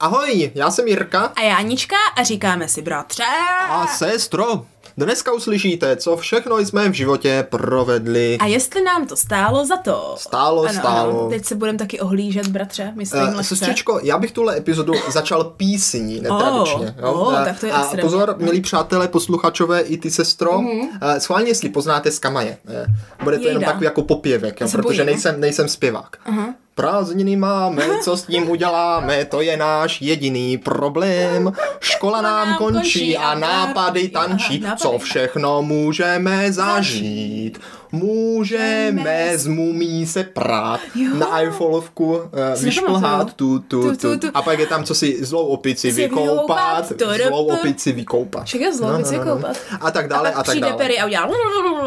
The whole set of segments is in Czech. Ahoj, já jsem Jirka A Jánička a říkáme si bratře. a sestro. Dneska uslyšíte, co všechno jsme v životě provedli. A jestli nám to stálo za to. Stálo, ano, stálo. Ano, teď se budeme taky ohlížet, bratře, myslím Eh, lehce. Sestřičko, já bych tuhle epizodu začal písní, netradičně. Oh, oh, Eh, tak to je a extrémní. Mhm. pozor, milí přátelé, posluchačové i ty sestro, mm-hmm. schválně, jestli poznáte z kamaje. eh, Bude to Jejda. jenom takový jako popěvek, jo, se protože bojím. no. nejsem, nejsem zpěvák. Uh-huh. Prázdniny máme, co s tím uděláme, to je náš jediný problém. Škola nám končí a nápady tančí, Aha, nápady. co všechno můžeme zažít. Můžeme z mumí se prát, Jo. na iFolovku eh, Si vyšplhat tu nepamatuju. tu, tu, tu. A pak je tam, co si zlou opici Si vykoupat, vykoupat, tudup. zlou opici vykoupat. No, Však je zlou opici vykoupat. A tak dále, a, pak tak přijde dále. Perry a udělá...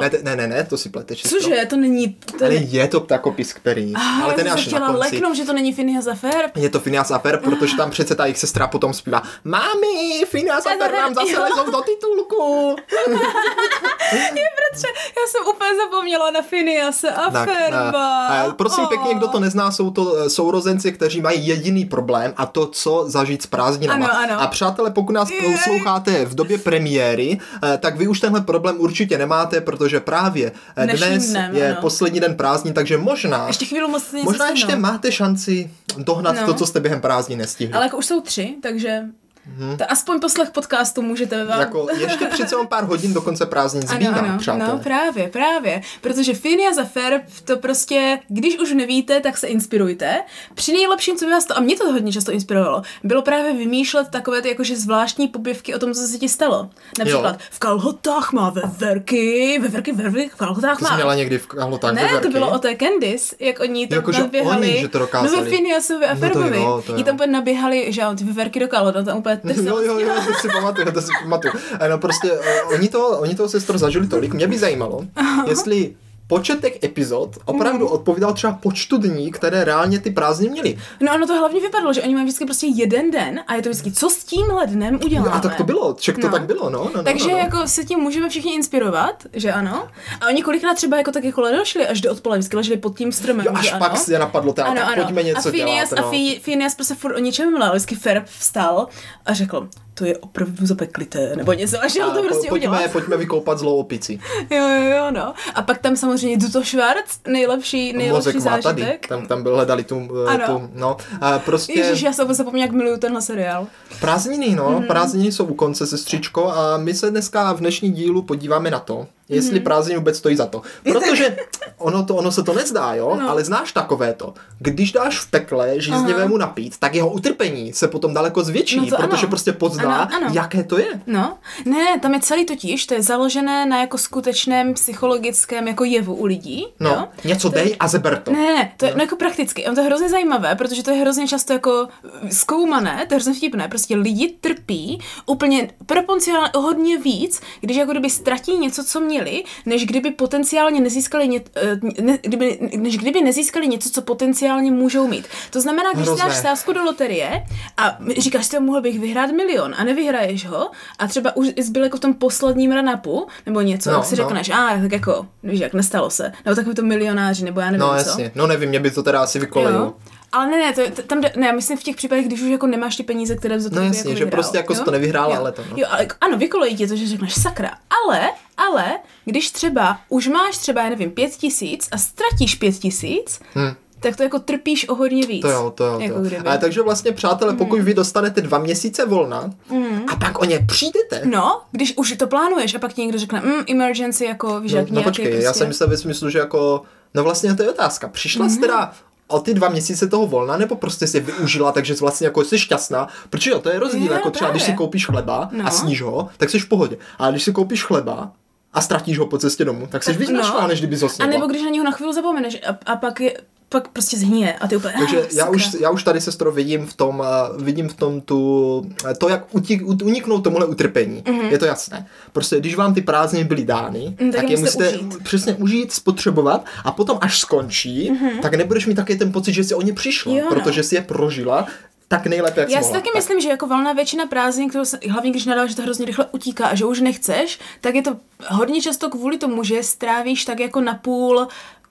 Ne, te- ne, ne, ne, to si pleteš. sestro. Cože, to není... To Ale ne... je to ptakopis k Perry, Ah, ale ten je já jsem až se na chtěla konci. leknout, Ah. že to není Phineas a Ferb. Je to Phineas a Ferb, protože tam přece ta jejich sestra potom zpívá Mami, Phineas a Ferb nám zase Jo. lezou do titulku. Bratře, já jsem úplně zapomněla na Phinease a Tak, Ferba. eh, eh, prosím Oh. pěkně, kdo to nezná, jsou to eh, sourozenci, kteří mají jediný problém a to, co zažít s prázdninama. Ano, ano. A přátelé, pokud nás Jej. posloucháte v době premiéry, eh, tak vy už tenhle problém určitě nemáte, protože právě eh, Dnešním dnes dnem, je ano. poslední den prázdnin, takže možná, Ještě chvíli musíte něco možná ještě stihnout. máte šanci dohnat No. to, co jste během prázdnin nestihli. Ale jako už jsou tři, takže hmm. to aspoň poslech podcastu můžete vám... Mhm. Jako ještě přece jenom pár hodin do konce prázdnin zbývá, ano, přátelé. no právě, právě, protože Phineas a Ferb to prostě, když už nevíte, tak se inspirujte. Při nejlepším, co by vás to, a mě to hodně často inspirovalo, bylo právě vymýšlet takové ty jakože zvláštní poběvky o tom, co se ti stalo. Například, Jo. v kalhotách má veverky, veverky, veverky, v kalhotách Ty má. jsi měla někdy v kalhotách Ne, veverky? to bylo o té Candice, jak oni tam Jako, že naběhali. oni, že to dokázali. No ve Phineasovi a No to Ferbovi. jo, to Jí jo. tam úplně naběhali, že jo, ty veverky do kalhot, tam úplně tesali. Jo, jo, jo, to si pamatuju, to si pamatuju. Eh, No prostě, eh, oni to, oni to sestro zažili tolik, mě by zajímalo, jestli počet těch epizod opravdu Mhm. odpovídal třeba počtu dní, které reálně ty prázdniny měly. No ano, to hlavně vypadalo, že oni mají vždycky prostě jeden den a je to vždycky, co s tímhle dnem uděláme. No, A tak to bylo, však to No. tak bylo, no. no, no Takže no, no. jako se tím můžeme všichni inspirovat, že ano? A oni kolikrát třeba jako tak jako ledošli až do odpoledne, vždycky leželi pod tím stromem, Jo, že až ano? pak je napadlo, teda, ano, tak ano. pojďme něco a Phineas, dělat. A no. Fi- Phineas prostě furt o něčem mluvil, vždycky Ferb vstal a řekl, to je opravdu zapeklité, nebo něco, a A šel to po- prostě udělat. pojďme, pojďme vykoupat zlou opici. Jo, jo, jo, no. A pak tam samozřejmě Duto Schwarz, nejlepší, Mozek nejlepší má tady, zážitek. tam, tam byl hledali tu, eh, Ano. tu no. A prostě... Ježíš, já jsem zapomněla, jak miluju tenhle seriál. Prázdniny, no, Mhm. mm. prázdniny jsou u konce, sestřičko, a my se dneska v dnešní dílu podíváme na to, Mhm. jestli mm. prázdniny vůbec stojí za to. Protože ono, to, ono se to nezdá, jo, no. No. ale znáš takové to. Když dáš v pekle žíznivému napít, tak jeho utrpení se potom daleko zvětší, No to ano. protože prostě pozná, Ano, ano. jaké to je. No, ne, tam je celý totiž, to je založené na jako skutečném psychologickém jako jevu u lidí. No, Jo? něco To je- dej a zeber to. Ne, ne, ne, to je no. jako prakticky. On to je hrozně zajímavé, protože to je hrozně často jako zkoumané, to je hrozně vtipné. Prostě lidi trpí úplně proporcionálně o hodně víc, když jako kdyby ztratí něco, co měli, než kdyby potenciálně nezískali, ně, eh, ne, kdyby, než kdyby nezískali něco, co potenciálně můžou mít. To znamená, když Hrozné. dáš sázku do loterie a říkáš, že mohl bych vyhrát milion a nevyhraješ ho a třeba už zbyl jako v tom posledním ranapu nebo něco, No, no, tak si no. no. řekneš, a tak jako, víš jak, nestalo se. Nebo takový to milionáři, nebo já nevím No co. jasně, no nevím, mě by to teda asi vykolejilo. Jo. Ale ne, ne, to, je- t- tam jde, ne, já myslím v těch případech, když už jako nemáš ty peníze, které bys za to No jako jasně, že vyhrál, prostě jako jsi to nevyhrál, ale to, no. Jo, ale, jako- ano, vykolejí tě to, že řekneš sakra, ale, ale, když třeba už máš třeba, já nevím, pět tisíc a ztratíš pět tisíc, Hm. tak to jako trpíš o hodně víc. To jo, to jo. Jako to jo. kdyby. Mhm. Ale takže vlastně, přátelé, pokud vy dostanete dva měsíce volna a pak o ně přijdete, No, když už to plánuješ a pak ti někdo řekne, mm, emergency, jako víš, No, jak no nějaký počkej, prostě... já jsem myslel ve smyslu, že jako, no vlastně to je otázka. Přišla Mhm. jsi teda o ty dva měsíce toho volna, nebo prostě jsi je využila, takže jsi vlastně jako jsi šťastná, protože jo, to je rozdíl, Jo, jako třeba když si právě. koupíš chleba a No. sníš ho, tak jsi v pohodě. A když si koupíš chleba a ztratíš ho po cestě domů, tak jsi víc no. než kdyby A zosněla. nebo když na něho na chvíli zapomeneš a, a pak, je, pak prostě zhníje a ty úplně... Takže "Ah, já už, sakra." já už tady, sestro, vidím v tom, eh, vidím v tom tu, eh, to, jak utík, ut- uniknout tomuhle utrpení. Mm-hmm. Je to jasné. Prostě když vám ty prázdniny byly dány, Mm, tak, Mhm. tak tak je je musíte musíte užít. užít. přesně užít, spotřebovat a potom, až skončí, mm-hmm. tak nebudeš mít taky ten pocit, že si o ně přišla, Mhm. Jo, no. protože si je prožila tak nejlépe, jak jsi Já si mohla. taky Tak. myslím, že jako valná většina prázdnin, kterou se, hlavně když nadáš, že to hrozně rychle utíká a že už nechceš, tak je to hodně často kvůli tomu, že je strávíš tak jako napůl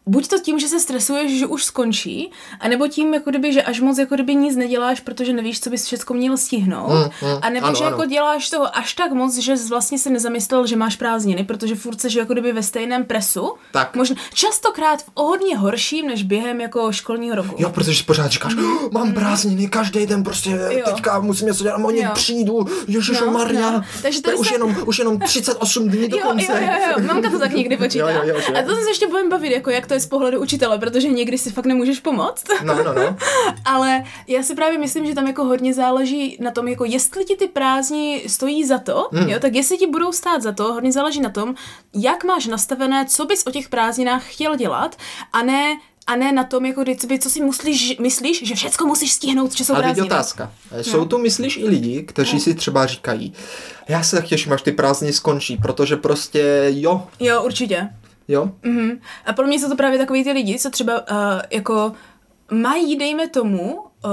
buď to tím, že se stresuješ, že už skončí, anebo tím, jako kdyby, že až moc jako kdyby nic neděláš, protože nevíš, co bys všechno měl stihnout, Mm, mm, a nebo ano, že jako ano. děláš toho až tak moc, že jsi vlastně si nezamyslel, že máš prázdniny, protože furt seš jako kdyby ve stejném presu, Tak. možná častokrát v o hodně horším, než během jako školního roku. Jo, protože si pořád říkáš, Mhm. "Oh, mám prázdniny, každý den prostě jo. teďka musím něco dělat, oni Jo. přijdu, Ježišo No, Maria, no. Takže to je tady už, se- jenom, už jenom 38 dní do Jo, konce. jo, jo, jo, mamka to tak někdy počítá. Jo, jo, jo, že? A to se ještě budeme bavit, jako jak to je z pohledu učitele, protože někdy si fakt nemůžeš pomoct. No, no, no. Ale já si právě myslím, že tam jako hodně záleží na tom, jako jestli ti ty prázdní stojí za to, Hmm. mm. jo, tak jestli ti budou stát za to, hodně záleží na tom, jak máš nastavené, co bys o těch prázdninách chtěl dělat, a ne a ne na tom, jako kdyby, co si myslíš, myslíš, že všecko musíš stihnout, že jsou Ale teď prázdniny. otázka. Eh, No. Jsou tu, myslíš, i lidi, kteří si třeba říkají, já se tak těším, až ty prázdniny skončí, protože prostě jo, Jo, určitě. jo, Mm-hmm. A pro mě jsou to právě takový ty lidi, co třeba uh, jako mají, dejme tomu, uh,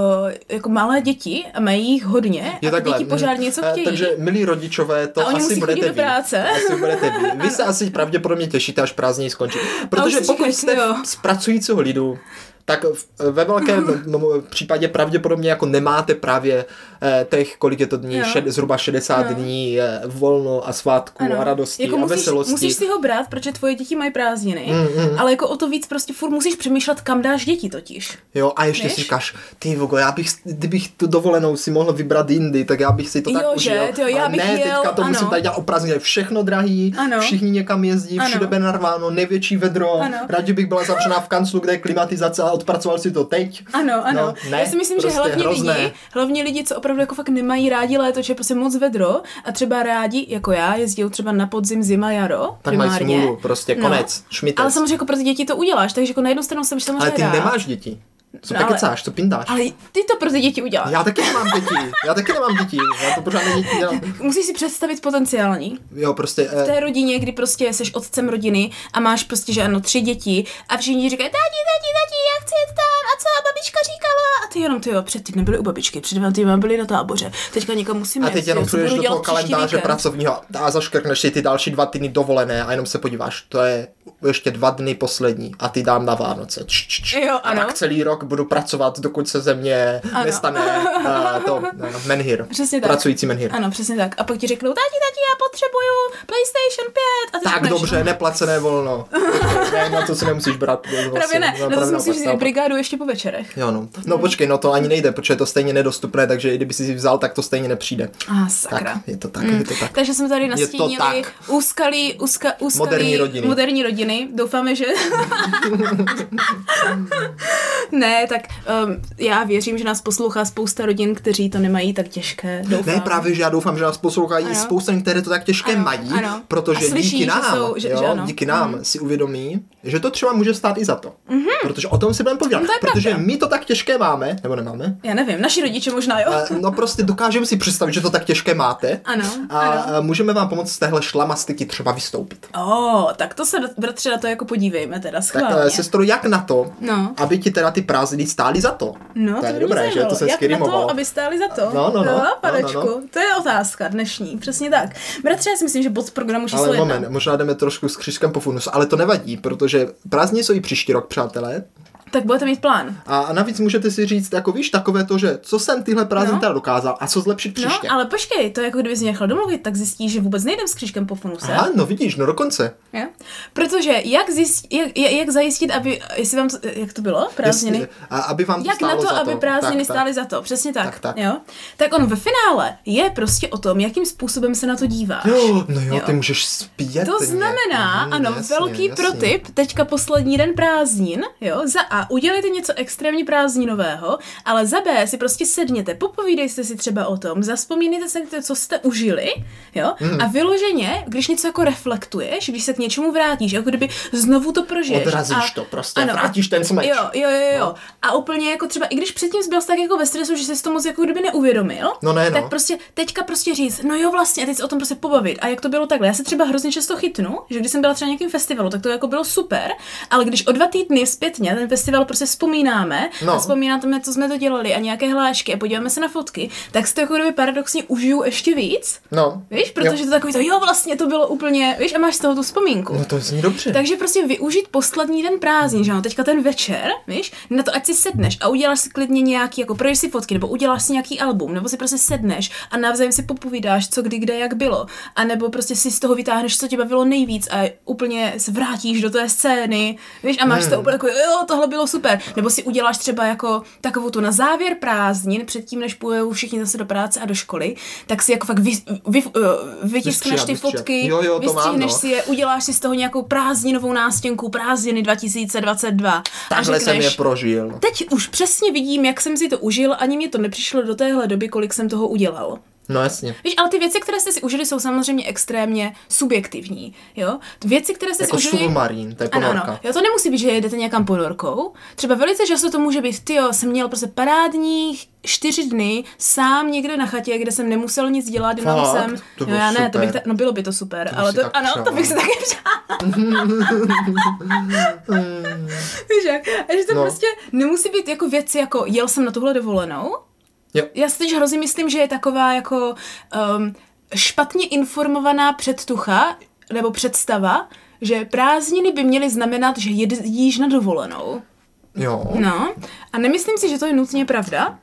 jako malé děti a mají jich hodně Je a ty takhle. děti pořád mhm. něco Eh, chtějí. Takže, milí rodičové, to A oni asi musí budete chodit do vy. práce. Asi budete vy. Vy se asi pravděpodobně těšíte, až prázdniny skončí. Protože si pokud říkáš, jste jo. z pracujícího lidu, tak v- ve velkém m- případě pravděpodobně jako nemáte právě eh, těch, kolik je to dní, Jo. šed, zhruba 60 Jo. dní eh, volno a svátků a radosti jako a musíš, veselosti. musíš si ho brát, protože tvoje děti mají prázdniny, Mm, mm. ale jako o to víc prostě furt musíš přemýšlet, kam dáš děti totiž. Jo, a ještě Víš? si říkáš, ty vogo, já bych, kdybych tu dovolenou si mohl vybrat jindy, tak já bych si to tak Jo, že? užil. Tyjo, já Ale bych ne, jel, teďka to ano. musím tady dělat opravdu všechno drahý, Ano. všichni někam jezdí, Ano. všude benarváno, největší vedro, Ano. raději bych byla zavřená v kanclu, kde je klimatizace a odpracoval si to teď. Ano, ano. No, ne, Já si myslím, prostě že hlavně hrozné. lidi, hlavně lidi, co opravdu jako fakt nemají rádi léto, že je prostě moc vedro a třeba rádi, jako já, jezdí třeba na podzim, zima, jaro. Tak mají primárně. No. smůlu, prostě konec, šmitec. Ale samozřejmě jako pro ty děti to uděláš, takže jako na jednu stranu jsem samozřejmě ale ty rád, nemáš děti. Co No, no, ale- kecáš, co pindáš? Ale ty to pro ty děti uděláš. Já taky nemám děti, já taky nemám děti, já to pořád není dělám. Musíš si představit potenciální. Jo, prostě, v eh, té rodině, kdy prostě jsi otcem rodiny a máš prostě, že ano, tři děti a všichni říkají, tati, tati, tati, já chci jet tam a co babička říkala? A ty jenom, ty jo, před týdnem byli u babičky, před dvěma týdny byli na táboře, teďka někam musíme A teď jet, jenom jo, co půjdeš budu do dělat toho příští kalendáře víkend? pracovního a zaškrkneš si ty další dva týdny dovolené a jenom se podíváš, to je ještě dva dny poslední a ty dám na Vánoce. Č, č, č. Jo, a ano. tak celý rok budu pracovat, dokud se ze mě ano. Ano. nestane uh, to no, menhir. Přesně tak. Pracující menhir. Ano, přesně tak. A pak ti řeknou, tati, tati, já potřebuju PlayStation 5. A ty Tak řekneš, dobře, neplacené volno. ne, na to si nemusíš brát. vlastně, Právě ne, na to si musíš vzít no, naopak. brigádu ještě po večerech. Jo, no. no počkej, no to ani nejde, protože je to stejně nedostupné, takže i kdyby si ji vzal, tak to stejně nepřijde. A ah, Tak, sakra. je to tak, je to tak. Takže jsme tady to nastínili tak. úskalí, úska, úskalí Moderní rodiny. moderní rodiny. Doufáme, že... ne, tak um, já věřím, že nás poslouchá spousta rodin, kteří to nemají tak těžké. Doufám. Ne, právě, že já doufám, že nás poslouchají Ano. spousta, lidí, které to tak těžké Ano, mají, ano. protože A slyší, díky že nám, jsou- že- jo, že ano. Mhm. díky nám si uvědomí, že to třeba může stát i za to. Mm-hmm. Protože o tom si budeme povídat. No Mhm. to je protože pravda. my to tak těžké máme, nebo nemáme, Já nevím, naši rodiče možná, jo? Eh, no prostě dokážeme si představit, že to tak těžké máte. Ano, A ano. eh, můžeme vám pomoct z téhle šlamastiky třeba vystoupit. O, oh, tak to se, bratře, na to jako podívejme teda, Tak, schválně. eh, sestro, jak na to, No. aby ti teda ty prázdniny stály za to? No, to je by mě dobré, že? zajímalo. To se Jak na skyrimovalo. to, aby stáli za to? No, no, no. Jo, No, panečku, no, to je otázka dnešní, přesně tak. Bratře, já si myslím, že bod programu číslo Ale jedna. moment, možná jdeme trošku s křížkem po funus, ale to nevadí, protože prázdniny jsou i příští rok, přátelé. Tak budete mít plán. A, a navíc můžete si říct, jako víš, takové to, že co jsem tyhle prázdniny No. teda dokázal a co zlepšit příště. No, ale počkej, to jako kdyby jsi mě nechal domluvit, tak zjistíš, že vůbec nejdem s křížkem po funuse. Aha, no vidíš, no dokonce. Jo? Protože jak, zjist, jak, jak, jak, zajistit, aby, jestli vám, to, jak to bylo, prázdniny? Jestli- a aby vám Jak na stálo to, za aby no, to. prázdniny Tak, tak. stály za to, přesně tak. Tak, tak. Jo? tak on ve finále je prostě o tom, jakým způsobem se na to díváš. Jo, no jo, Jo. ty můžeš zpět. To znamená, Mhm, ano, jasně, velký jasně. protip, teďka poslední den prázdnin, jo, za A, udělejte něco extrémně prázdninového, ale za B si prostě sedněte, popovídejte si třeba o tom, zaspomínejte se, na to, co jste užili, jo, a Mhm. vyloženě, když něco jako reflektuješ, když se k něčemu vrátíš, jako kdyby znovu to prožiješ. Odrazíš a, to prostě, vrátíš ten smeč. Jo, jo, jo, jo. No. No. A úplně jako třeba, i když předtím jsi byl tak jako ve stresu, že jsi to moc jako kdyby neuvědomil, No ne, no. tak prostě teďka prostě říct, no jo vlastně, a teď se o tom prostě pobavit. A jak to bylo takhle? Já se třeba hrozně často chytnu, že když jsem byla třeba na nějakém festivalu, tak to jako bylo super, ale když o dva týdny zpětně ten festival festival prostě vzpomínáme No. no. a vzpomínáme, co jsme to dělali a nějaké hlášky a podíváme se na fotky, tak si to jako kdyby paradoxně užiju ještě víc, No. víš, protože Jo. jo. to takový to, jo vlastně to bylo úplně, víš, a máš z toho tu vzpomínku. No to zní dobře. Takže prostě využít poslední den prázdnin, že ano, teďka ten večer, víš, na to, ať si sedneš a uděláš si klidně nějaký, jako projdeš si fotky, nebo uděláš si nějaký album, nebo si prostě sedneš a navzájem si popovídáš, co kdy, kde, jak bylo, a nebo prostě si z toho vytáhneš, co tě bavilo nejvíc a úplně se vrátíš do té scény, víš, a Hmm. máš to úplně jako, jo, tohle bylo super, nebo si uděláš třeba jako takovou tu na závěr prázdnin, předtím, než půjdou všichni zase do práce a do školy, tak si jako fakt vy, vy, vy, vytiskneš Vystříhat, ty vystříhat. fotky, Jo, jo, to mám, vystřihneš no. si je, uděláš si z toho nějakou prázdninovou nástěnku, prázdniny 2022 Takhle a jsem řekneš, je prožil. teď už přesně vidím, jak jsem si to užil, ani mě to nepřišlo do téhle doby, kolik jsem toho udělal. No jasně. Víš, ale ty věci, které jste si užili, jsou samozřejmě extrémně subjektivní, jo? Věci, které jste Jako si užili... submarín, to je Ano, ponorka. ano. Jo, to nemusí být, že jedete někam ponorkou. Třeba velice často to může být, ty jsem měl prostě parádních čtyři dny sám někde na chatě, kde jsem nemusel nic dělat, jenom Fakt? jsem... To jo, bylo já ne, to bych super. ta... no bylo by to super, bych ale si tak no. to, ano, to přála. bych si taky přála. Víš jak? A že to No. prostě nemusí být jako věci, jako jel jsem na tuhle dovolenou, Jo. já si teď hrozně myslím, že je taková jako um, špatně informovaná předtucha nebo představa, že prázdniny by měly znamenat, že jedíš na dovolenou. Jo. No, a nemyslím si, že to je nutně pravda.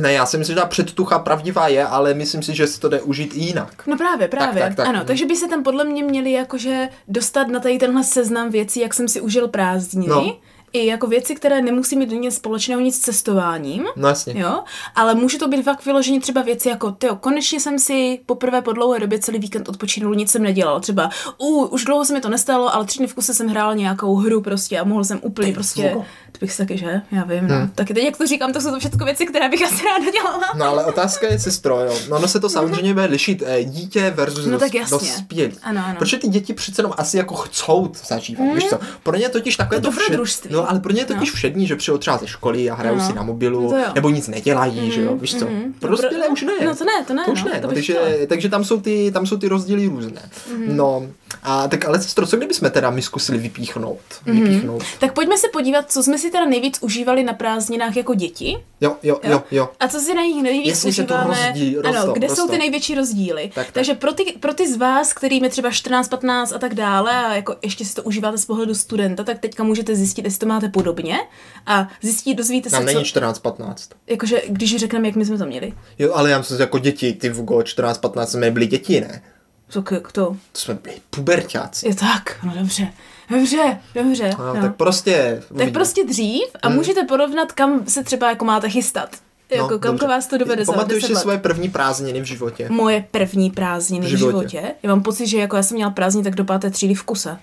Ne, já si myslím, že ta předtucha pravdivá je, ale myslím si, že se to jde užít i jinak. No právě, právě. tak, tak. ano, takže by se tam podle mě měli jakože dostat na tady tenhle seznam věcí, jak jsem si užil prázdniny. No. I jako věci, které nemusí mít do nic společného nic s cestováním. No jasně. Jo, ale může to být fakt vyloženě třeba věci jako, tyjo, konečně jsem si poprvé po dlouhé době celý víkend odpočinul, nic jsem nedělal. Třeba, u, už dlouho se mi to nestalo, ale tři dny v kuse jsem hrál nějakou hru prostě a mohl jsem úplně prostě, slovo. to bych si taky, že? Já vím, no. Taky teď, jak to říkám, to jsou to všechno věci, které bych asi ráda dělala. Hm. No ale otázka je sestro, jo. No ono se to samozřejmě bude lišit eh, dítě versus No tak dos- jasně. dospělí. Ano, ano. Protože ty děti přece jenom asi jako chcou to zažívat, víš co? Pro ně totiž takové Hmm. To to, dobrodružství. No ale pro ně je totiž všední, že přijou třeba ze školy a hrajou No. si na mobilu, To jo. nebo nic nedělají, že jo, víš co? Pro No pro- dospělé už ne. no to ne, to ne, To už no, ne, to no, bych takže, chtěla. Mhm. takže tam jsou ty, tam jsou ty rozdíly různé. No, a tak ale sestro, co kdybychom teda my zkusili vypíchnout? Mhm. Vypíchnout. Tak pojďme se podívat, co jsme si teda nejvíc užívali na prázdninách jako děti. Jo, jo, jo, jo. A co si na nich nejvíc Jestli se to užíváme, rozdíl- rostou, ano, kde rostou. jsou ty největší rozdíly. Tak, tak. Takže pro ty, pro ty z vás, kterými třeba 14, 15 a tak dále, a jako ještě si to užíváte z pohledu studenta, tak teďka můžete zjistit, jestli to máte podobně a zjistit, dozvíte se, Nám co, není 14, 15. jakože, když řekneme, jak my jsme to měli. Jo, ale já myslím, že jako děti, ty Vugo, 14, 15 jsme byli děti, ne? Co k, k to? To jsme byli puberťáci. Je tak, no dobře, dobře, dobře. No, no. tak prostě... tak uvidíme. Hmm. prostě dřív a můžete porovnat, kam se třeba jako máte chystat. Jako, kam No, dobře. to vás to dovede za Pamatuješ 10 si let? Mm. svoje první prázdniny v životě? moje první prázdniny Jako- V v životě. životě. Já mám pocit, že jako já jsem měla prázdniny tak do páté třídy v kuse.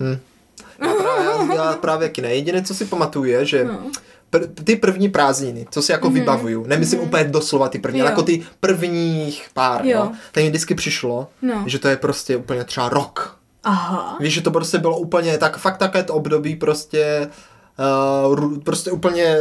Já právě, já, já právě taky ne. Jediné, co si pamatuju, je, že No. pr- ty první prázdniny, co si jako mm-hmm. vybavuju, nemyslím mm-hmm. úplně doslova ty první, ale Mhm. Jo. jako ty prvních pár, Jo. jo. tak mi vždycky přišlo, No. že to je prostě úplně třeba rok. Aha. Víš, že to prostě bylo úplně, tak fakt také to období prostě, uh, ru- prostě úplně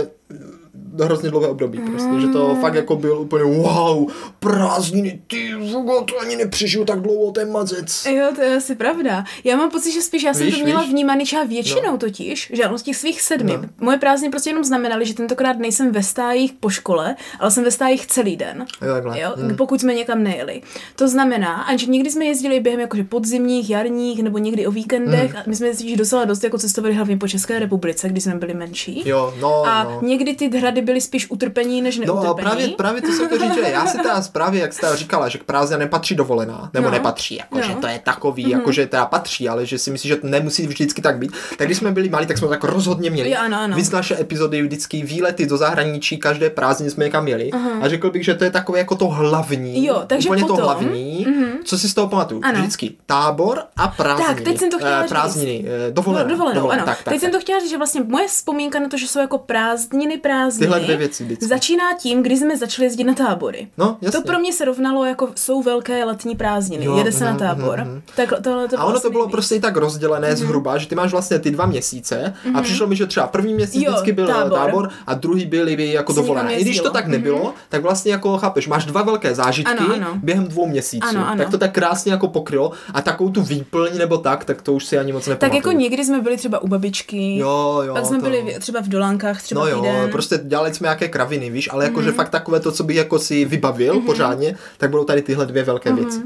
eh, hrozně dlouhé období prostě, že Mm. to fakt jako byl úplně wow, prázdniny, ty Hugo, to ani nepřežiju tak dlouho, ten mazec. Jo, to je asi pravda. Já mám pocit, že spíš já jsem Víš, to měla víš? vnímaný třeba většinou no. totiž, že ano, z těch svých sedmi. No. Moje prázdniny prostě jenom znamenaly, že tentokrát nejsem ve stájích po škole, ale jsem ve stájích celý den. Jo, takhle. Hmm. Jo, pokud jsme někam nejeli. To znamená, a že někdy jsme jezdili během jakože podzimních, jarních nebo někdy o víkendech, Hmm. a my jsme jezdili docela dost jako cestovali hlavně po České republice, když jsme byli menší. Jo, no, a no. někdy ty hrady byly spíš utrpení než No neutrpení. a právě, právě to se to říct, že já si teda právě, jak jsi teda říkala, že k prázdně nepatří dovolená, nebo no. No. nepatří, jako, No. Mhm. že to je takový, jako že teda patří, ale že si myslíš, že to nemusí vždycky tak být. Tak když jsme byli malí, tak jsme to tak rozhodně měli. Jo, ano, ano. Víc naše epizody, vždycky výlety do zahraničí, každé prázdně jsme někam jeli. A řekl bych, že to je takové jako to hlavní, Jo, takže úplně to potom- Mhm. hlavní, co si z toho pamatuju. Ano. Vždycky tábor a prázdniny. Tak, teď jsem to chtěla Eh, říct. Prázdniny, eh, dovolená. dovolenou, dovolenou, dovolená, No, ano. Tak, tak, Teď jsem tak. to chtěla říct, že vlastně moje vzpomínka na to, že jsou jako prázdniny, prázdniny, Tyhle dvě věci vždycky. začíná tím, kdy jsme začali jezdit na tábory. No, jasně. To pro mě se rovnalo jako jsou velké letní prázdniny, Jo, jede se na mhm, tábor. mhm, mhm. Tak tohle to A ono to vlastně Mhm. bylo nejvíc. prostě i tak rozdělené zhruba, že ty máš vlastně ty dva měsíce a přišlo mi, že třeba první měsíc Mhm. Jo, vždycky byl tábor. tábor. tábor a druhý byly by jako Se dovolené. někam I když to jezdilo. tak nebylo, tak vlastně jako chápeš, máš dva velké zážitky Ano, ano. během dvou měsíců. Ano, ano. Tak to tak krásně jako pokrylo a takovou tu výplň nebo tak, tak to už si ani moc Tak nepamatuju. jako někdy jsme byli třeba u babičky, Jo, jo. pak jsme to... byli v- třeba v Dolánkách třeba No jo, týden. Mhm. prostě dělali jsme nějaké kraviny, víš, ale jakože fakt takové to, co bych jako si vybavil pořádně, tak budou tady tyhle dvě velké Mhm. věci.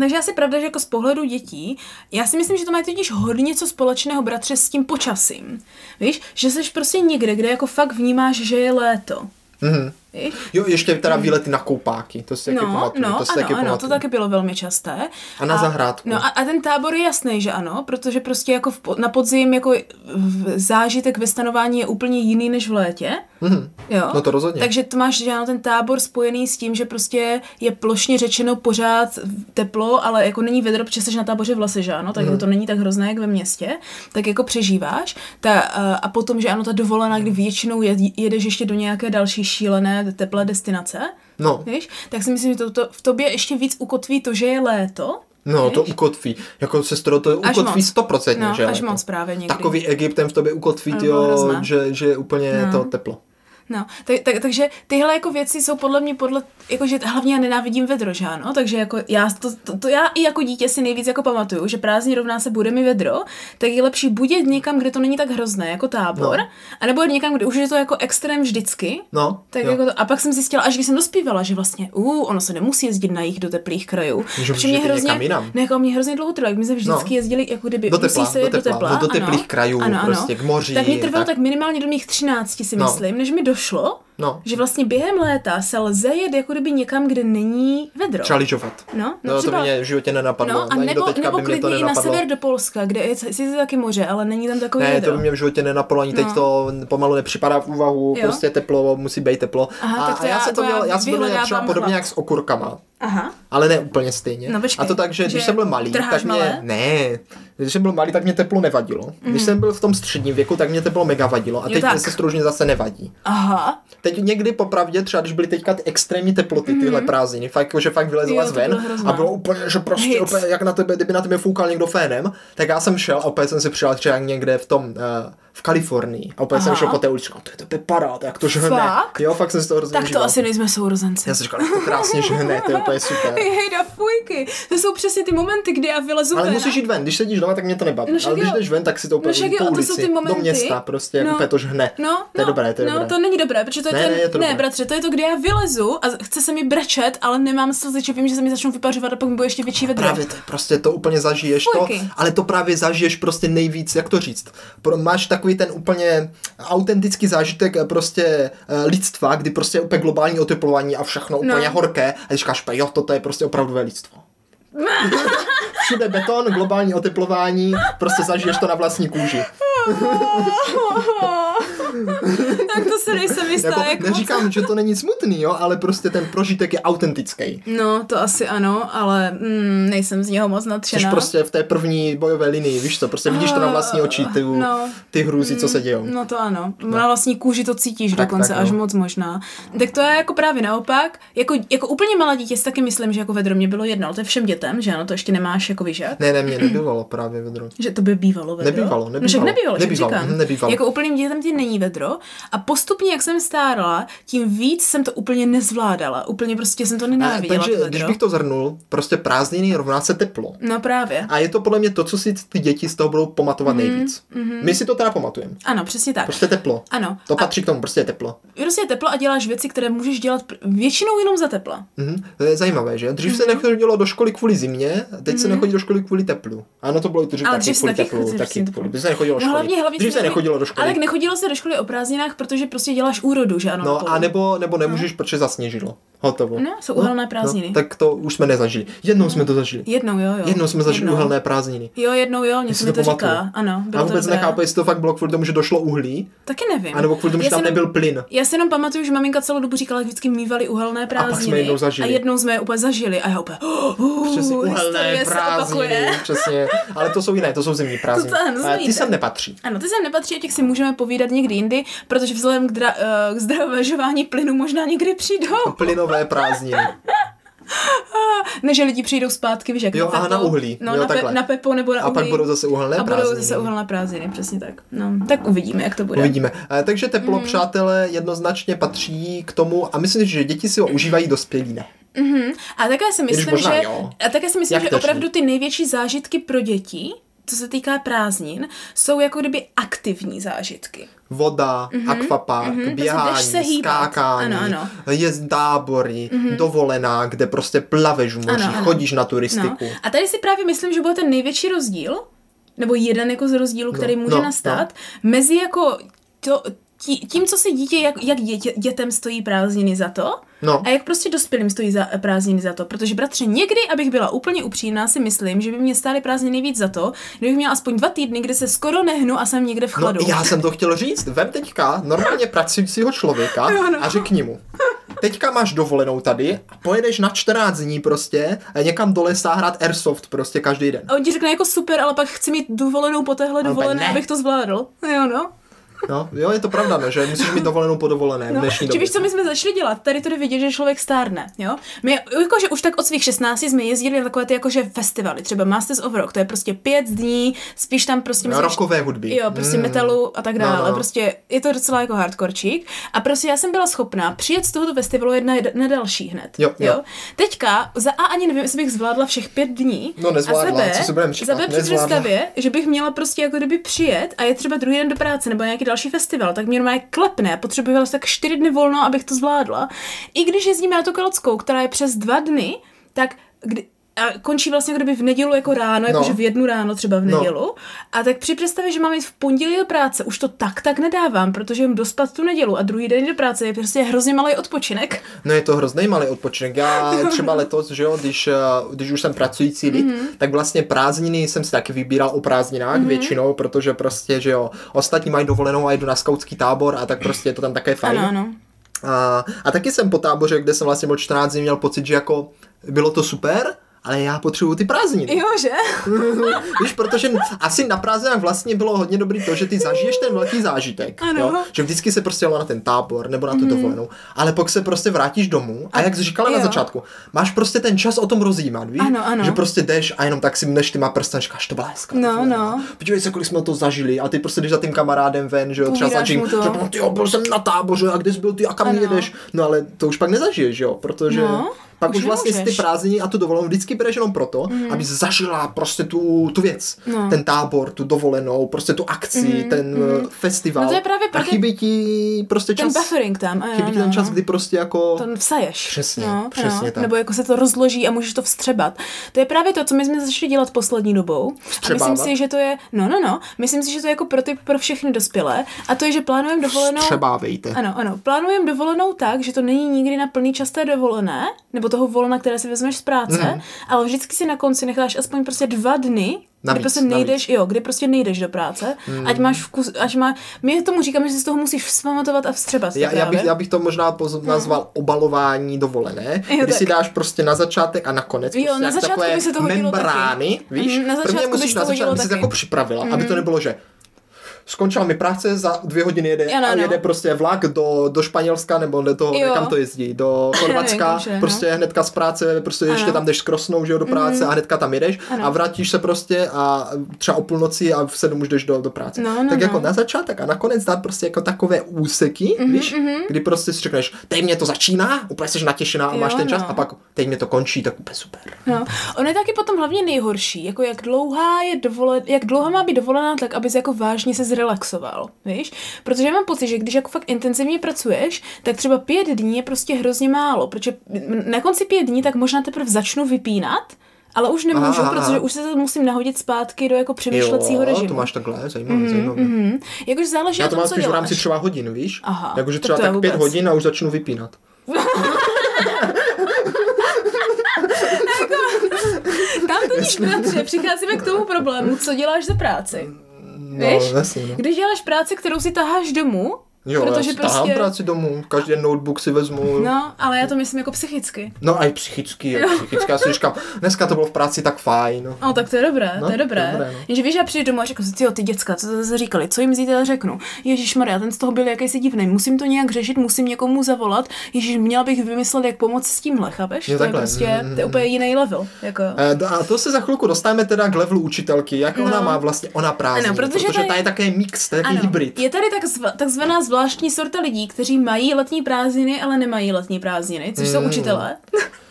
Takže asi pravda, že jako z pohledu dětí, já si myslím, že to má totiž hodně co společného, bratře, s tím počasím. Víš, že jsi prostě někde, kde jako fakt vnímáš, že je léto. Mhm. Víš? Jo, ještě teda výlety na koupáky, to si taky Mhm. No, prostě pamatuju. no, to si ano, taky ano, to pamatuju. taky bylo velmi časté. A na zahrádku. No a, a ten tábor je jasný, že ano, protože prostě jako v, po- na podzim jako v- zážitek ve stanování je úplně jiný než v létě. Mhm. Jo? No to rozhodně. Takže to máš, že ano, ten tábor spojený s tím, že prostě je plošně řečeno pořád teplo, ale jako není vedro, protože jsi na táboře v lese, že ano, tak Mhm. jako to není tak hrozné, jak ve městě, tak jako přežíváš. Ta, a- a potom, že ano, ta dovolená, kdy většinou jed, jedeš ještě do nějaké další šílené teplé destinace, No, víš, tak si myslím, že to, to v tobě ještě víc ukotví to, že je léto. no, to ukotví. Jako sestro, to Až ukotví moc. stoprocentně, No, že? jo? až Jako moc právě někdy. Takový Egyptem v tobě ukotví, Ano, jo, hrozné. že, že je úplně No. to teplo. No, tak, tak, takže tyhle jako věci jsou podle mě podle, jako že hlavně já nenávidím vedro, že ano, takže jako já to, to, to, já i jako dítě si nejvíc jako pamatuju, že prázdní rovná se bude mi vedro, tak je lepší buď jet někam, kde to není tak hrozné, jako tábor, No. no. anebo jet někam, kde už je to jako extrém vždycky, No, tak jo. jako to, a pak jsem zjistila, až když jsem dospívala, že vlastně, u, ono se nemusí jezdit na jich do teplých krajů. Můžeme Protože jít i někam jinam. Ne, jako mě hrozně dlouho trvalo, jak my jsme vždycky No. no. jezdili, jako kdyby Do tepla, musí se do jet do tepla, tepla. no do ano. teplých krajů, prostě k moři, Tak mě trvalo tak- tak... minimálně do mých 13, si No. myslím, než mi došlo, No. že vlastně během léta se lze jet jako kdyby někam, kde není vedro. Třeba lyžovat. No, no, No, třeba, to mě v životě nenapadlo. no a Ani nebo, doteďka nebo by mě to klidně i na nenapadlo. sever do Polska, kde je sice taky moře, ale není tam takové Ne, vedro. to by mě v životě nenapadlo, ani teď No. to pomalu nepřipadá v úvahu, Jo. prostě teplo, musí být teplo. Aha, a, tak to a já, já- jsem to to měl, já já jsem to měl třeba vyhledávám podobně chlap. jak s okurkama. Aha. Ale ne úplně stejně. No počkej, a to tak, že když že jsem byl malý, trháš tak mě... malé? Mhm. Ne, když jsem byl malý, tak mě teplo nevadilo. Když jsem byl v tom středním věku, tak mě teplo mega vadilo. A Jo, teď tak. se stružně zase nevadí. Aha. Teď někdy popravdě, třeba když byly teďka ty extrémní teploty, tyhle prázdniny, fakt jako, že fakt vylezla Mhm. Jo, to zven bylo hrozné. a bylo úplně, že prostě Hit. úplně, jak na tebe, kdyby na tebe foukal někdo fénem, tak já jsem šel a opět jsem si přijel třeba někde v tom, eh, v Kalifornii a opět jsem Aha. šel po té uličce, a to je to paráda, jak to žhne. Fakt? Jo, fakt jsem si to hrozně Tak to užíval. asi nejsme sourozenci. Já jsem říkal, jak to krásně žhne, to je úplně super. Hejda, fujky. To jsou přesně ty momenty, kdy já vylezu Ale ven. musíš jít ven, když sedíš doma, tak mě to nebaví. ale No však když jo. jdeš ven, tak si to úplně No však po jo, a to ulici, jsou ty do momenty. města, prostě no. No. úplně to žhne. No, to je no, dobré, to je no, dobré. to není dobré, protože to je Ne, ten, ne, je to ne dobré. bratře, to je to, kde já vylezu a chce se mi brečet, ale nemám slzy, že vím, že se mi začnou vypařovat a pak mi bude ještě větší vedro. Právě to, je prostě to úplně zažiješ to, Fujky. ale to právě zažiješ prostě nejvíc, jak to říct. Pro, máš takový ten úplně autentický zážitek eh, prostě eh, lidstva, kdy prostě je úplně globální oteplování a všechno No. úplně horké a říkáš, "Pa, jo, toto je prostě opravdové lidstvo. Všude beton, globální oteplování, prostě zažiješ to na vlastní kůži. tak to se nejsem jistá, Jako, jak moc. neříkám, že to není smutný, jo, ale prostě ten prožitek je autentický. No, to asi ano, ale mm, nejsem z něho moc Jsi nadšená. prostě v té první bojové linii, víš to, prostě vidíš to na vlastní oči, ty, Ah, No. ty hrůzy, co se dějou. No to ano, na vlastní kůži to cítíš tak, dokonce, tak, tak, no. až moc možná. Tak to je jako právě naopak, jako, jako úplně malé dítě si taky myslím, že jako vedro mě bylo jedno, ale to je všem dětem, že ano, to ještě nemáš jako vyžad. Ne, ne, mě nebývalo právě vedro. Že to by bývalo vedro? Nebývalo, No však nebývalo. nebývalo, že Nebývalo, mhm, říkám. nebývalo. Jako úplným dětem ti není vedro. A postupně, jak jsem stárla, tím víc jsem to úplně nezvládala. Úplně prostě jsem to A, nenáviděla, takže to když vedro. bych to zhrnul, prostě prázdniny rovná se teplo. No právě. A je to podle mě to, co si ty děti z toho budou Mm, pamatovat nejvíc. My si to teda pamatujeme. Mhm, Ano, přesně tak. Prostě teplo. Ano. To A- patří k tomu, prostě je teplo. Prostě je teplo a děláš věci, které můžeš dělat pr- většinou jenom za tepla. Mhm. To je zajímavé, že? Dřív se Mhm. nechodilo do školy kvůli zimě, teď se nechodí do školy kvůli teplu. Ano, to bylo i to, že Ale taky dřív se kvůli taky teplu. chodilo, Taky přesně to kvůli. bylo. Dřív se nechodilo do No školy. hlavně, hlavně Dřív se nechodilo do školy. Ale nechodilo se do školy o prázdninách, protože prostě děláš úrodu, že ano? jako na No poli. a nebo, nebo nemůžeš, protože zasněžilo. Hotovo. No, jsou uhelné prázdniny. No, tak to už jsme nezažili. Jednou jsme to zažili. Jednou, jo, jo. Jednou jsme zažili Jednou. uhelné prázdniny. Jo, jednou, jo, něco si mi to to pamatuju. říká. Ano, bylo a vůbec to dobré. nechápu, jestli to fakt bylo kvůli tomu, že došlo uhlí, Taky nevím. anebo kvůli tomu, že Já tam si jenom- nebyl plyn. Já si jenom pamatuju, že maminka celou dobu říkala, jak vždycky mývali uhelné prázdniny. jsme jednou zažili. A jednou jsme je úplně zažili. A já úplně, oh, Přesně, uh, uhelné historie se prázdniny, opakuje. přesně. Ale to jsou jiné, to jsou zimní prázdniny. To- to- to Ale ty znáte. sem nepatří. Ano, ty sem nepatří, o těch si můžeme povídat někdy jindy, protože vzhledem k, dra- eh, k zdravažování plynu možná někdy přijdou. Plynové prázdniny. než že lidi přijdou zpátky, víš, jak Jo, aha, Pepo- na uhlí. No, Jo, na, pe- takhle. na Pepo nebo na A pak uhlí. budou zase uhelné a budou prázdniny. zase uhelné prázdniny, přesně tak. No, tak uvidíme, jak to bude. Uvidíme. Eh, Takže teplo, Mhm. mm. přátelé, jednoznačně patří k tomu a myslím, že děti si ho užívají dospělí, ne? Mhm. A také si myslím, možná že, jo. a také si myslím, Jak že to opravdu ty největší zážitky pro děti, co se týká prázdnin, jsou jako kdyby aktivní zážitky. Voda, mm-hmm, akvapark, mhm, mm-hmm, prostě běhání, jdeš se hýbat. skákání, Ano, ano. jezd dábory, mm-hmm. dovolená, kde prostě plaveš v moři, Ano, ano. chodíš na No. turistiku. A tady si právě myslím, že byl ten největší rozdíl, nebo jeden jako z rozdílů, který může no, nastat, mezi jako to, tí- tím, co se dítě, jak, jak dítě, dětem stojí prázdniny za to, No. a jak prostě dospělým stojí za, prázdniny za to. Protože bratře, někdy, abych byla úplně upřímná, si myslím, že by mě stály prázdniny víc za to, kdybych měla aspoň dva týdny, kde se skoro nehnu a jsem někde v No, chladu. já jsem to chtěl říct. Vem teďka normálně pracujícího člověka Jo, no. a řekni mu. Teďka máš dovolenou tady a pojedeš na 14 dní prostě a někam do lesa hrát airsoft prostě každý den. A on ti řekne jako super, ale pak chci mít dovolenou po téhle úplně dovolené, ne. abych to zvládl. Jo, no. No, jo, je to pravda, no, že musíš mít dovolenou po dovolené v No, dnešní či době. víš, co my jsme začali dělat? Tady to jde vidět, že člověk stárne, jo? My, jakože už tak od svých 16 jsme jezdili na takové ty jakože festivaly, třeba Masters of Rock, to je prostě pět dní, spíš tam prostě... No, myslím, že- Rockové hudby. Jo, prostě Mm. metalu a tak No, dále, no. prostě je to docela jako hardkorčík. A prostě já jsem byla schopná přijet z tohoto festivalu jedna na další hned. Jo, jo. Teďka za A ani nevím, jestli bych zvládla všech pět dní. No, nezvládla, a za B, co si budem Za B říkat, při nezvládla. představě, že bych měla prostě jako kdyby přijet a je třeba druhý den do práce nebo nějaký další festival, tak mě normálně klepne. Potřebovala jsem tak čtyři dny volno, abych to zvládla. I když jezdíme na tu Kalockou, která je přes dva dny, tak kdy, a končí vlastně jako kdyby v nedělu jako ráno, No. jakože v jednu ráno třeba v No. nedělu. A tak při představě, že mám jít v pondělí do práce, už to tak tak nedávám, protože jim dospat tu nedělu a druhý den do práce je prostě hrozně malý odpočinek. No je to hrozný malý odpočinek. Já třeba letos, že jo, když, eh, když už jsem pracující lid, Mhm. mm-hmm. tak vlastně prázdniny jsem si taky vybíral o prázdninách mm-hmm. většinou, protože prostě, že jo, ostatní mají dovolenou a jdu na skautský tábor a tak prostě je to tam také fajn. Ano, ano. A, a taky jsem po táboře, kde jsem vlastně byl 14 dní, měl pocit, že jako bylo to super, ale já potřebuju ty prázdniny. Jo, že? Víš, protože asi na prázdninách vlastně bylo hodně dobrý to, že ty zažiješ ten velký zážitek. Ano. Mhm. Jo? Že vždycky se prostě jelo na ten tábor nebo na tu dovolenou, ale pak se prostě vrátíš domů a, A- jak jsi říkala na jo. začátku, máš prostě ten čas o tom rozjímat, víš? Ano, ano. Že prostě jdeš a jenom tak si mneš těma prsten, říkáš, to byla hezká. No, dovolená. no. Podívej se, kolik jsme to zažili a ty prostě jdeš za tím kamarádem ven, že jo, třeba za Povídáš Jim, mu to. že no, tyjo, byl jsem na táboře a kde jsi byl ty a kam Ano. jedeš? No ale to už pak nezažiješ, že jo, protože No, pak už už, vlastně si ty nemůžeš. prázdniny a tu dovolenou vždycky bereš jenom proto, mm. aby zažila prostě tu, tu věc. Mhm. No. Mhm, Ten tábor, tu dovolenou, prostě tu akci, mm. ten mm. festival. No to je právě a proto- chybí ti prostě Ten čas. buffering tam. Ano, Chybí ti ano. ten čas, kdy prostě jako... To vsaješ. Přesně, přesně tak. Nebo jako se to rozloží a můžeš to vstřebat. To je právě to, co my jsme začali dělat poslední dobou. A myslím Vstřebávat? si, že to je, no, no, no, myslím si, že to je jako pro ty, pro všechny dospělé. A to je, že plánujeme dovolenou. Vstřebávejte. Ano, ano. Plánujeme dovolenou tak, že to není nikdy na plný čas té dovolené, nebo toho volna, které si vezmeš z práce, Mhm. mm. ale vždycky si na konci necháš aspoň prostě dva dny, kdy Navíc, prostě navíc. Mhm. nejdeš, jo, kdy prostě nejdeš do práce, mm. ať máš vkus, ať má, my tomu říkáme, že si z toho musíš vzpamatovat a vstřebat. Já, to já, bych, právě. já bych to možná poz- nazval obalování dovolené, Jo, jo, kdy tak. si dáš prostě na začátek a na konec. Jo, prostě na jak začátku takové by se to hodilo membrány, taky. víš? Mhm, na Prvně začátku by musíš se to na začátku, hodilo musíš taky. Mhm. jako připravila, aby to nebylo, že skončila mi práce, za dvě hodiny jede, Ano, a ano. jede prostě vlak do, do Španělska nebo do toho, no. Jo. kam to jezdí, do nevím, Chorvatska, kam všude, no. prostě hnedka z práce, prostě Ano. Mhm. ještě tam jdeš krosnou, že jo, do práce a hnedka tam jedeš Ano. a vrátíš se prostě a třeba o půlnoci a v sedm už jdeš do, do práce. No, no, tak jako no. na začátek a nakonec dát prostě jako takové úseky, Mhm, mm-hmm, víš, mm-hmm. kdy prostě si řekneš, teď mě to začíná, úplně jsi natěšená a Jo, máš ten čas no. a pak teď mě to končí, tak úplně super. No. Ono je taky potom hlavně nejhorší, jako jak dlouhá je dovolen, jak dlouhá má být dovolená, tak abys jako vážně se zrelaxoval, víš? Protože já mám pocit, že když jako fakt intenzivně pracuješ, tak třeba pět dní je prostě hrozně málo, protože na konci pět dní tak možná teprve začnu vypínat, ale už nemůžu, Aha. protože už se zase musím nahodit zpátky do jako přemýšlecího režimu. to máš takhle, zajímavé, zajímavé. Mhm. Jakož záleží Já na to tom, mám co spíš v děláš. rámci třeba hodin, víš? Aha, Jakože tak třeba to já tak pět vůbec. hodin a už začnu vypínat. Tam to nic bratře, přicházíme k tomu problému, co děláš za práci. No, Víš? jasně, no. Když děláš práci, kterou si taháš domů, Jo, Protože Protože já si prostě... prostě- práci domů, každý den notebook si vezmu. No, No, ale já to myslím jako psychicky. no a i psychicky, jo. psychicky. Já si říkám, dneska to bylo v práci tak fajn. No, tak to je dobré, No, to je dobré. dobré, no. Jenže víš, já přijdu domů a řeknu si, tyjo, ty děcka, co to zase říkali, co jim zítra řeknu. Ježíš Maria, ten z toho byl jakýsi divný, musím to nějak řešit, musím někomu zavolat. Ježíš, měla bych vymyslet, jak pomoct s tímhle, chápeš? Jo, to je takhle. prostě, Mm, to je úplně jiný level. Jako. Eh, do- A to se za chvilku dostáváme teda k levelu učitelky, jak no. ona má vlastně ona prázdniny, Ano, protože protože tady- ta je také mix, to je takový hybrid. Je tady tak zva, takzvaná zvláštní sorta lidí, kteří mají letní prázdniny, ale nemají letní prázdniny, což jsou Mm. učitelé.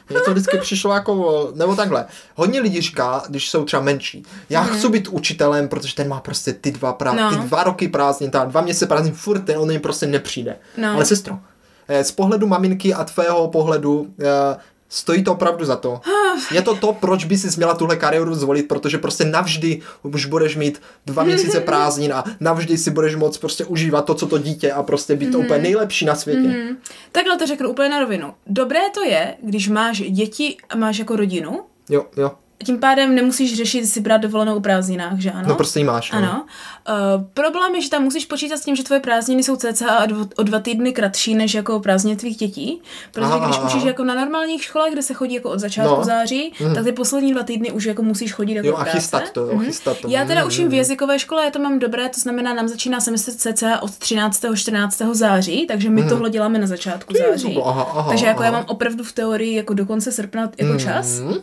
Mně to vždycky přišlo jako, nebo takhle, hodně lidí říká, když jsou třeba menší, já hmm. chci být učitelem, protože ten má prostě ty dva, prá- Mhm. No. no. ty dva roky prázdnin, ta dva měsíce prázdnin, furt ten on jim prostě nepřijde. No. Ale sestro, eh, z pohledu maminky a tvého pohledu, eh, Stojí to opravdu za to. Je to to, proč by si měla tuhle kariéru zvolit, protože prostě navždy už budeš mít dva měsíce prázdnin a navždy si budeš moct prostě užívat to, co to dítě a prostě být Mhm. to úplně nejlepší na světě. Hmm. Takhle to řeknu úplně na rovinu. Dobré to je, když máš děti a máš jako rodinu, Jo, jo. tím pádem nemusíš řešit si brát dovolenou o prázdninách, že ano? No, prostě ji máš. No. Ano. Uh, problém je, že tam musíš počítat s tím, že tvoje prázdniny jsou cca o dvo- o dva týdny kratší než jako prázdniny tvých dětí. Protože Aha, když aha, učíš aha. jako na normálních školách, kde se chodí jako od začátku No. no. září, mm. tak ty poslední dva týdny už jako musíš chodit jako Jo, do a práce. chystat to, jo, chystat to. Já teda Mm, učím v jazykové škole, já to mám dobré, to znamená, nám začíná semestr cca od 13. 14. září, takže my tohle děláme na začátku září. zhruba, Mhm. aha, aha, takže jako já aha. mám opravdu v teorii jako do konce srpna jako čas. Mm.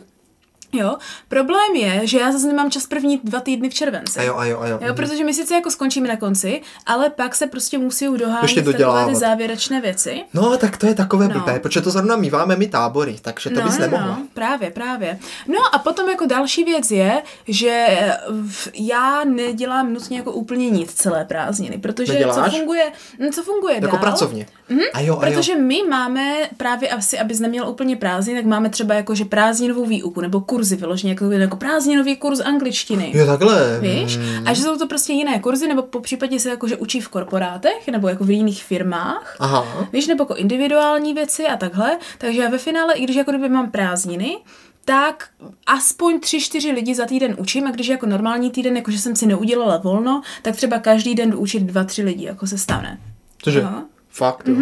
Jo, problém je, že já zase nemám čas první dva týdny v červenci. A jo, a jo, a jo. Jo, protože my sice jako skončíme na konci, ale pak se prostě musí dohánět Ještě takové dodělávat. ty závěrečné věci. No, tak to je takové No. blbé, protože to zrovna míváme my tábory, takže to no, bys no, nemohla. no, právě, právě. No a potom jako další věc je, že eh, v- já nedělám nutně jako úplně nic celé prázdniny, protože co Neděláš? funguje, hm, co funguje Jako dál, Mhm, pracovně. Mm, a jo, a jo. Protože my máme právě asi, abys neměl úplně prázdnin, tak máme třeba jako, že prázdninovou výuku nebo kurzy vyloženě, jako, jako prázdninový kurz angličtiny. Jo, takhle. Mm. víš? Hmm. A že jsou to prostě jiné kurzy, nebo po případě se jakože učí v korporátech, nebo jako v jiných firmách. Aha. Víš, nebo jako individuální věci a takhle. Takže já ve finále, i když jako kdyby mám prázdniny, tak aspoň tři, čtyři lidi za týden učím a když je jako normální týden, jakože jsem si neudělala volno, tak třeba každý den učit dva, tři lidi, jako se stane. Cože? Aha. Mhm, Fakt, jo.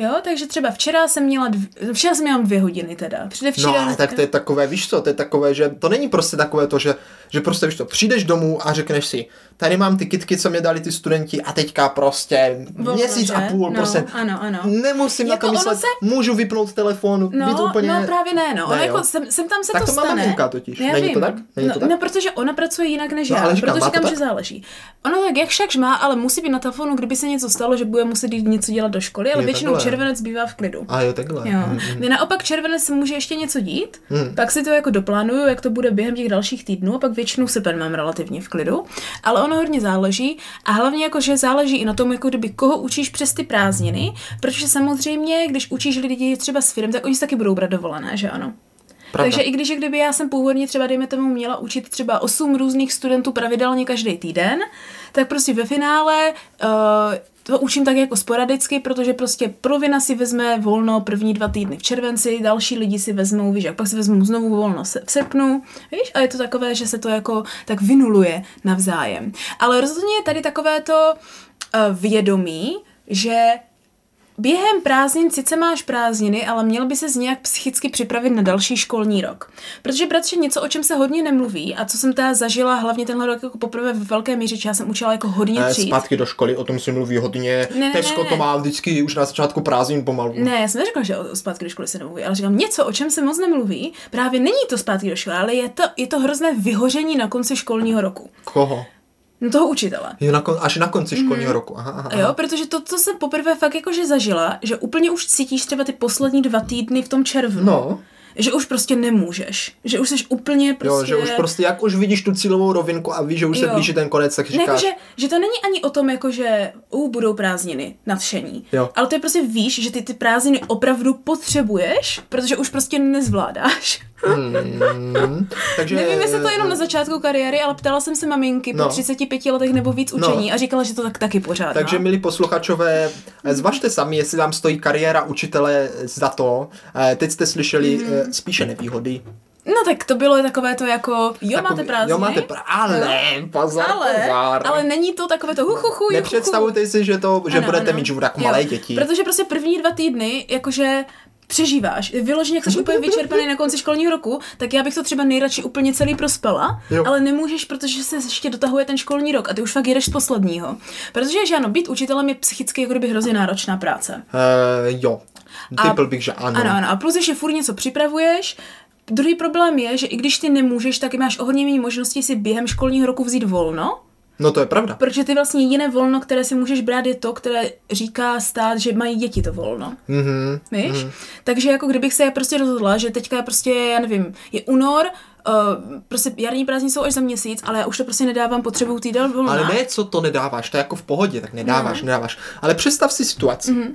Jo, takže třeba včera jsem měla, dv... včera jsem měla dvě hodiny teda, předevčírem. No, ale tak to je takové, víš co, to je takové, že to není prostě takové to, že, že prostě, víš to, přijdeš domů a řekneš si, tady mám ty kitky, co mě dali ty studenti a teďka prostě Volno, měsíc a že? půl, No, prostě ano, ano. nemusím Jako na to ono myslet, se- můžu vypnout telefon, být No, úplně... no právě ne, no. Ne, Ne, jo. jako sem, sem tam se Tak to, to má stane. maminka totiž. Já Není to vím. tak? Není no, to tak? no, protože ona pracuje jinak než No, já, ale říkám, proto má to říkám, tak? že záleží. Ono tak jak všakž má, ale musí být na telefonu, kdyby se něco stalo, že bude muset jít něco dělat do školy, ale Jo, většinou takhle. červenec bývá v klidu. A jo, takhle. Jo. Mm. Kdy naopak červenec se může ještě něco dít, Hmm. pak si to jako doplánuju, jak to bude během těch dalších týdnů, a pak většinou srpen mám relativně v klidu, ale ono hodně záleží a hlavně jako, že záleží i na tom, jako kdyby koho učíš přes ty prázdniny, protože samozřejmě, když učíš lidi třeba s firm, tak oni si taky budou brát dovolené, že ano. Pravda. Takže i když kdyby já jsem původně třeba, dejme tomu, měla učit třeba 8 různých studentů pravidelně každý týden, tak prostě ve finále uh, to učím tak jako sporadicky, protože prostě provina si vezme volno první dva týdny v červenci, další lidi si vezmou, víš, jak pak si vezmou znovu volno se- v srpnu, víš, a je to takové, že se to jako tak vynuluje navzájem. Ale rozhodně je tady takové to uh, vědomí, že Během prázdnin sice máš prázdniny, ale měl by se z nějak psychicky připravit na další školní rok. Protože bratře něco, o čem se hodně nemluví a co jsem teda zažila hlavně tenhle rok jako poprvé v velké míře, že já jsem učila jako hodně Eh, tříd. Zpátky do školy, o tom se mluví hodně. Ne, ne, Tesco ne, ne. to má vždycky už na začátku prázdnin pomalu. Ne, já jsem neřekla, že o o zpátky do školy se nemluví, ale říkám něco, o čem se moc nemluví. Právě není to zpátky do školy, ale je to, je to hrozné vyhoření na konci školního roku. Koho? No toho učitele. Jo, na kon, až na konci Mhm. školního roku. Aha, aha. A Jo, protože to, co jsem poprvé fakt jakože zažila, že úplně už cítíš třeba ty poslední dva týdny v tom červnu, No, že už prostě nemůžeš, že už jsi úplně jo, prostě... že už prostě, jak už vidíš tu cílovou rovinku a víš, že už se Jo. blíží ten konec, tak prostě Ne, říkáš, jakože, že to není ani o tom, jako že uh, budou prázdniny, nadšení. Jo. Ale to je prostě víš, že ty ty prázdniny opravdu potřebuješ, protože už prostě nezvládáš. hmm, takže... eh, Nevím, jestli to jenom na začátku kariéry, ale ptala jsem se maminky No. po 35 letech nebo víc No. učení a říkala, že to tak taky pořád. Takže, má. milí posluchačové, eh, zvažte sami, jestli Mhm. vám stojí kariéra učitele za to. Eh, Teď jste slyšeli eh, spíše eh, nevýhody. No tak to bylo takové to jako, jo Takový- máte prázdniny, Jo, máte pra- ale, pozor, ale, pozor. ale není to takové to huchuchu, juchuchu. Nepředstavujte si, že, to, že Ano, budete ano. mít žůrak Jo. malé děti. Protože prostě první dva týdny, jakože přežíváš, vyloženě jak jsi úplně vyčerpaný na konci školního roku, tak já bych to třeba nejradši úplně celý prospala, Jo. jo. ale nemůžeš, protože se ještě dotahuje ten školní rok a ty už fakt jedeš z posledního. Protože že ano, být učitelem je psychicky jako kdyby hrozně náročná práce. Uh, jo, A- typl bych, že ano. Ano, ano. A plus ještě furt něco připravuješ. Druhý problém je, že i když ty nemůžeš, tak máš o hodně méně možností si během školního roku vzít volno, No to je pravda. protože ty vlastně jediné volno, které si můžeš brát, je to, které říká stát, že mají děti to volno. Mhm. Víš? Mm. Takže jako kdybych se prostě rozhodla, že teďka je prostě, já nevím, je únor, uh, prostě jarní prázdniny jsou až za měsíc, ale já už to prostě nedávám potřebu týden volna. Ale ne, co to nedáváš, to je jako v pohodě, tak No. nedáváš, nedáváš. Ale představ si situaci. Mhm.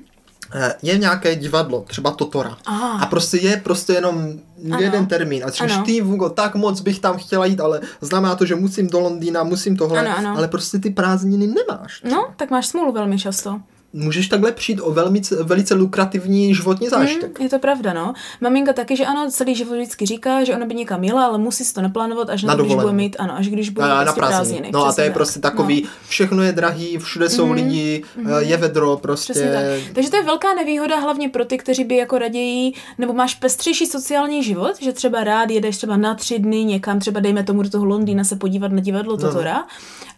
Eh, Je nějaké divadlo, třeba Totora. Aha. A prostě je prostě jenom jeden termín. A třeba Ano. ty, Vugo, tak moc bych tam chtěla jít, ale znamená to, že musím do Londýna, musím tohle, Ano, ano. ale prostě ty prázdniny nemáš. No, tak máš smůlu velmi často. Můžeš takhle přijít o velmi, velice lukrativní životní zážitek. Mm, je to pravda, no. Maminka taky, že ano, celý život vždycky říká, že ona by někam jela, ale musí si to naplánovat, až Na na to, když dovolenou. bude mít, ano, až když bude Na, prostě na prázdniny. prázdniny. No a to přesně je tak. Mhm, prostě takový, všechno je drahý, všude jsou lidi, eh, je vedro, prostě... Přesně tak. Takže to je velká nevýhoda hlavně pro ty, kteří by jako raději, nebo máš pestřejší sociální život, že třeba rád jedeš třeba na tři dny někam, třeba dejme tomu do toho Londýna se podívat na No, divadlo Totora.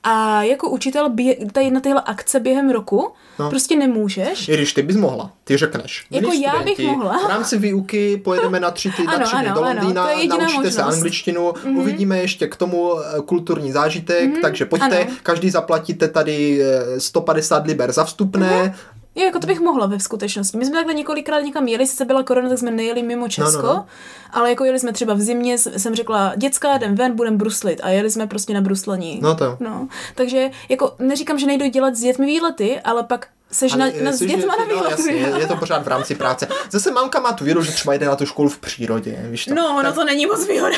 A jako učitel bě, tady na tyhle akce během roku No. no. prostě nemůžeš. I když ty bys mohla, ty řekneš. Jako "Milí já bych mohla." V rámci výuky pojedeme na tři týdny, na Ano, tři dny ano, do ano, Londýna, to je jediná naučíte se možnost. Mhm. angličtinu, uvidíme ještě k tomu eh, kulturní zážitek, takže pojďte, ano. každý zaplatíte tady eh, 150 liber za vstupné, Jo, jako to bych mohla ve skutečnosti. My jsme takhle několikrát někam jeli, sice byla korona, tak jsme nejeli mimo Česko, no, no. ale jako jeli jsme třeba v zimě, s- jsem řekla, děcka, jdem ven, budem bruslit a jeli jsme prostě na bruslení. No to jo. No, takže jako neříkám, že nejdou dělat s dětmi výlety, ale pak seš Ale, na, eh, na, s což je- dětma na no, jasně, výlety. je, je to pořád v rámci práce. Zase mamka má tu víru, že třeba jde na tu školu v přírodě, víš to. No, no to není moc výhoda.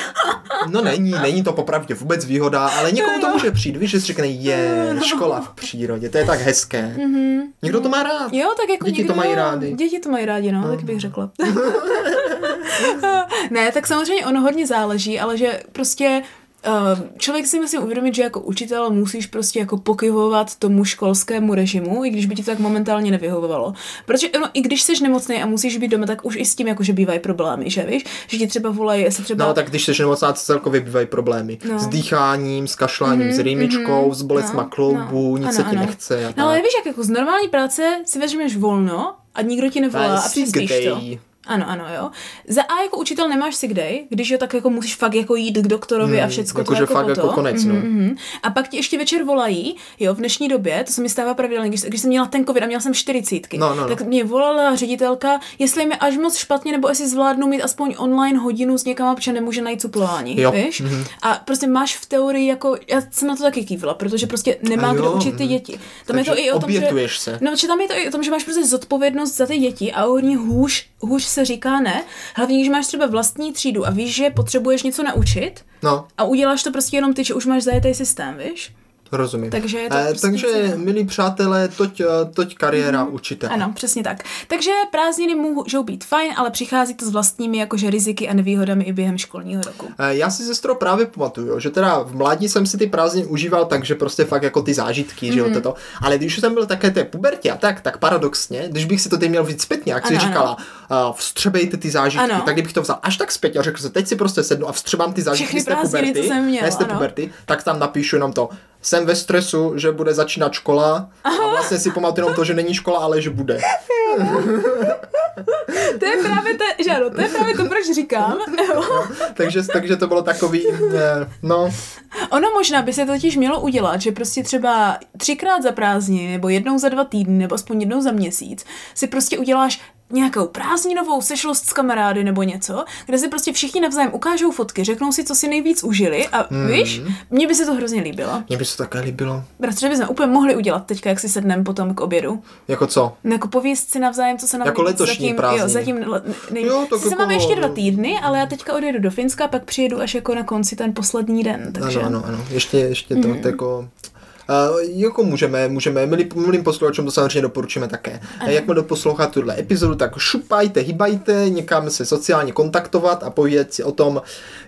No není, není to popravdě vůbec výhoda, ale někomu No, to může přijít, víš, že si řekne, je, škola v přírodě, to je tak hezké. Mhm. Někdo to má rád. Jo, tak jako Děti to někdo, mají rádi. Děti to mají rádi, no, tak bych řekla. ne, tak samozřejmě ono hodně záleží, ale že prostě ehm, člověk si musí uvědomit, že jako učitel musíš prostě jako pokyvovat tomu školskému režimu, i když by ti to tak momentálně nevyhovovalo. Protože no, i když jsi nemocný a musíš být doma, tak už i s tím jako, že bývají problémy, že víš? Že ti třeba volají, jestli třeba... No, tak když jsi nemocná, celkově bývají problémy. No. No. Mhm, S dýcháním, s kašláním, mm-hmm, s rýmičkou, mm-hmm, s bolestma no, kloubu, no, nic ano, se ti ano. nechce. a No ale tak. víš, jak jako z normální práce si vezmeš volno a nikdo ti To je nevolá a přespíš sick to. day. Ano, ano, jo. Za A jako učitel nemáš sick day, když jo, tak jako musíš fakt jako jít k doktorovi a všecko jakože to jako fakt po jako to. konec, no. Mhm, mhm. A pak ti ještě večer volají, jo, v dnešní době, to se mi stává pravidelně, když, když jsem měla ten covid a měla jsem čtyřicítky, No, no, no. tak mě volala ředitelka, jestli mi až moc špatně, nebo jestli zvládnu mít aspoň online hodinu s někam, protože nemůže najít suplování, Jo. Mhm. víš? A prostě máš v teorii jako, já jsem na to taky kývla, protože prostě nemá A jo, kdo učit ty mhm. děti. Tam Takže je to i o tom, že... obětuješ se. No, že tam je to i o tom, že máš prostě zodpovědnost za ty děti a hodně hůř, hůř se říká ne. Hlavně, když máš třeba vlastní třídu a víš, že potřebuješ něco naučit No, a uděláš to prostě jenom ty, že už máš zajetý systém, víš? rozumím. Takže je to Eh, prostě takže nic jiného. milí přátelé, toť, eh, toť kariéra mm-hmm. učitele. Ano, přesně tak. Takže prázdniny můžou být fajn, ale přichází to s vlastními jakože riziky a nevýhodami i během školního roku. Eh, Já si sestro právě pamatuju, jo, že teda v mládí jsem si ty prázdniny užíval tak, že prostě fakt jako ty zážitky, mm-hmm. Mhm. že jo, toto. Ale když už jsem byl také té pubertě a tak, tak paradoxně, když bych si to teď měl vzít zpětně, jak jsi Ano, ano. říkala, uh, vstřebejte ty zážitky, ano. Ano. tak kdybych to vzal až tak zpětně a řekl se, teď si prostě sednu a vstřebám ty zážitky Všechny z té prázdniny, puberty, co jsem měl, ne z té ano. puberty, tak tam napíšu jenom to. Jsem ve stresu, že bude začínat škola a vlastně si pamatuju jenom to, že není škola, ale že bude. To je právě to, že ano, to je právě to, proč říkám. jo. takže, takže to bylo takový, eh, no, Ono možná by se totiž mělo udělat, že prostě třeba třikrát za prázdniny, nebo jednou za dva týdny, nebo aspoň jednou za měsíc, si prostě uděláš nějakou prázdninovou sešlost s kamarády nebo něco, kde si prostě všichni navzájem ukážou fotky, řeknou si, co si nejvíc užili a hmm. víš, mně by se to hrozně líbilo. mně by se to také líbilo. Bratře, bychom úplně mohli udělat teďka, jak si sedneme potom k obědu. Jako co? No Jako pověst si navzájem, co se nám Jako nejvíc letošní zatím, prázdniny. Jo, zatím le- nej... Jo, tak Sice jako- máme ještě dva týdny, ale já teďka odjedu do Finska a pak přijedu až jako na konci ten poslední den. Takže... Mhm. Ano, ano, ano. Ještě, ještě to, mm. jako... Uh, jako můžeme, můžeme, milí, milým posluchačům to samozřejmě doporučíme také. Ano. Jakmile posloucháte tuhle epizodu, tak šupajte, hýbajte, někam se sociálně kontaktovat a povědět si o tom,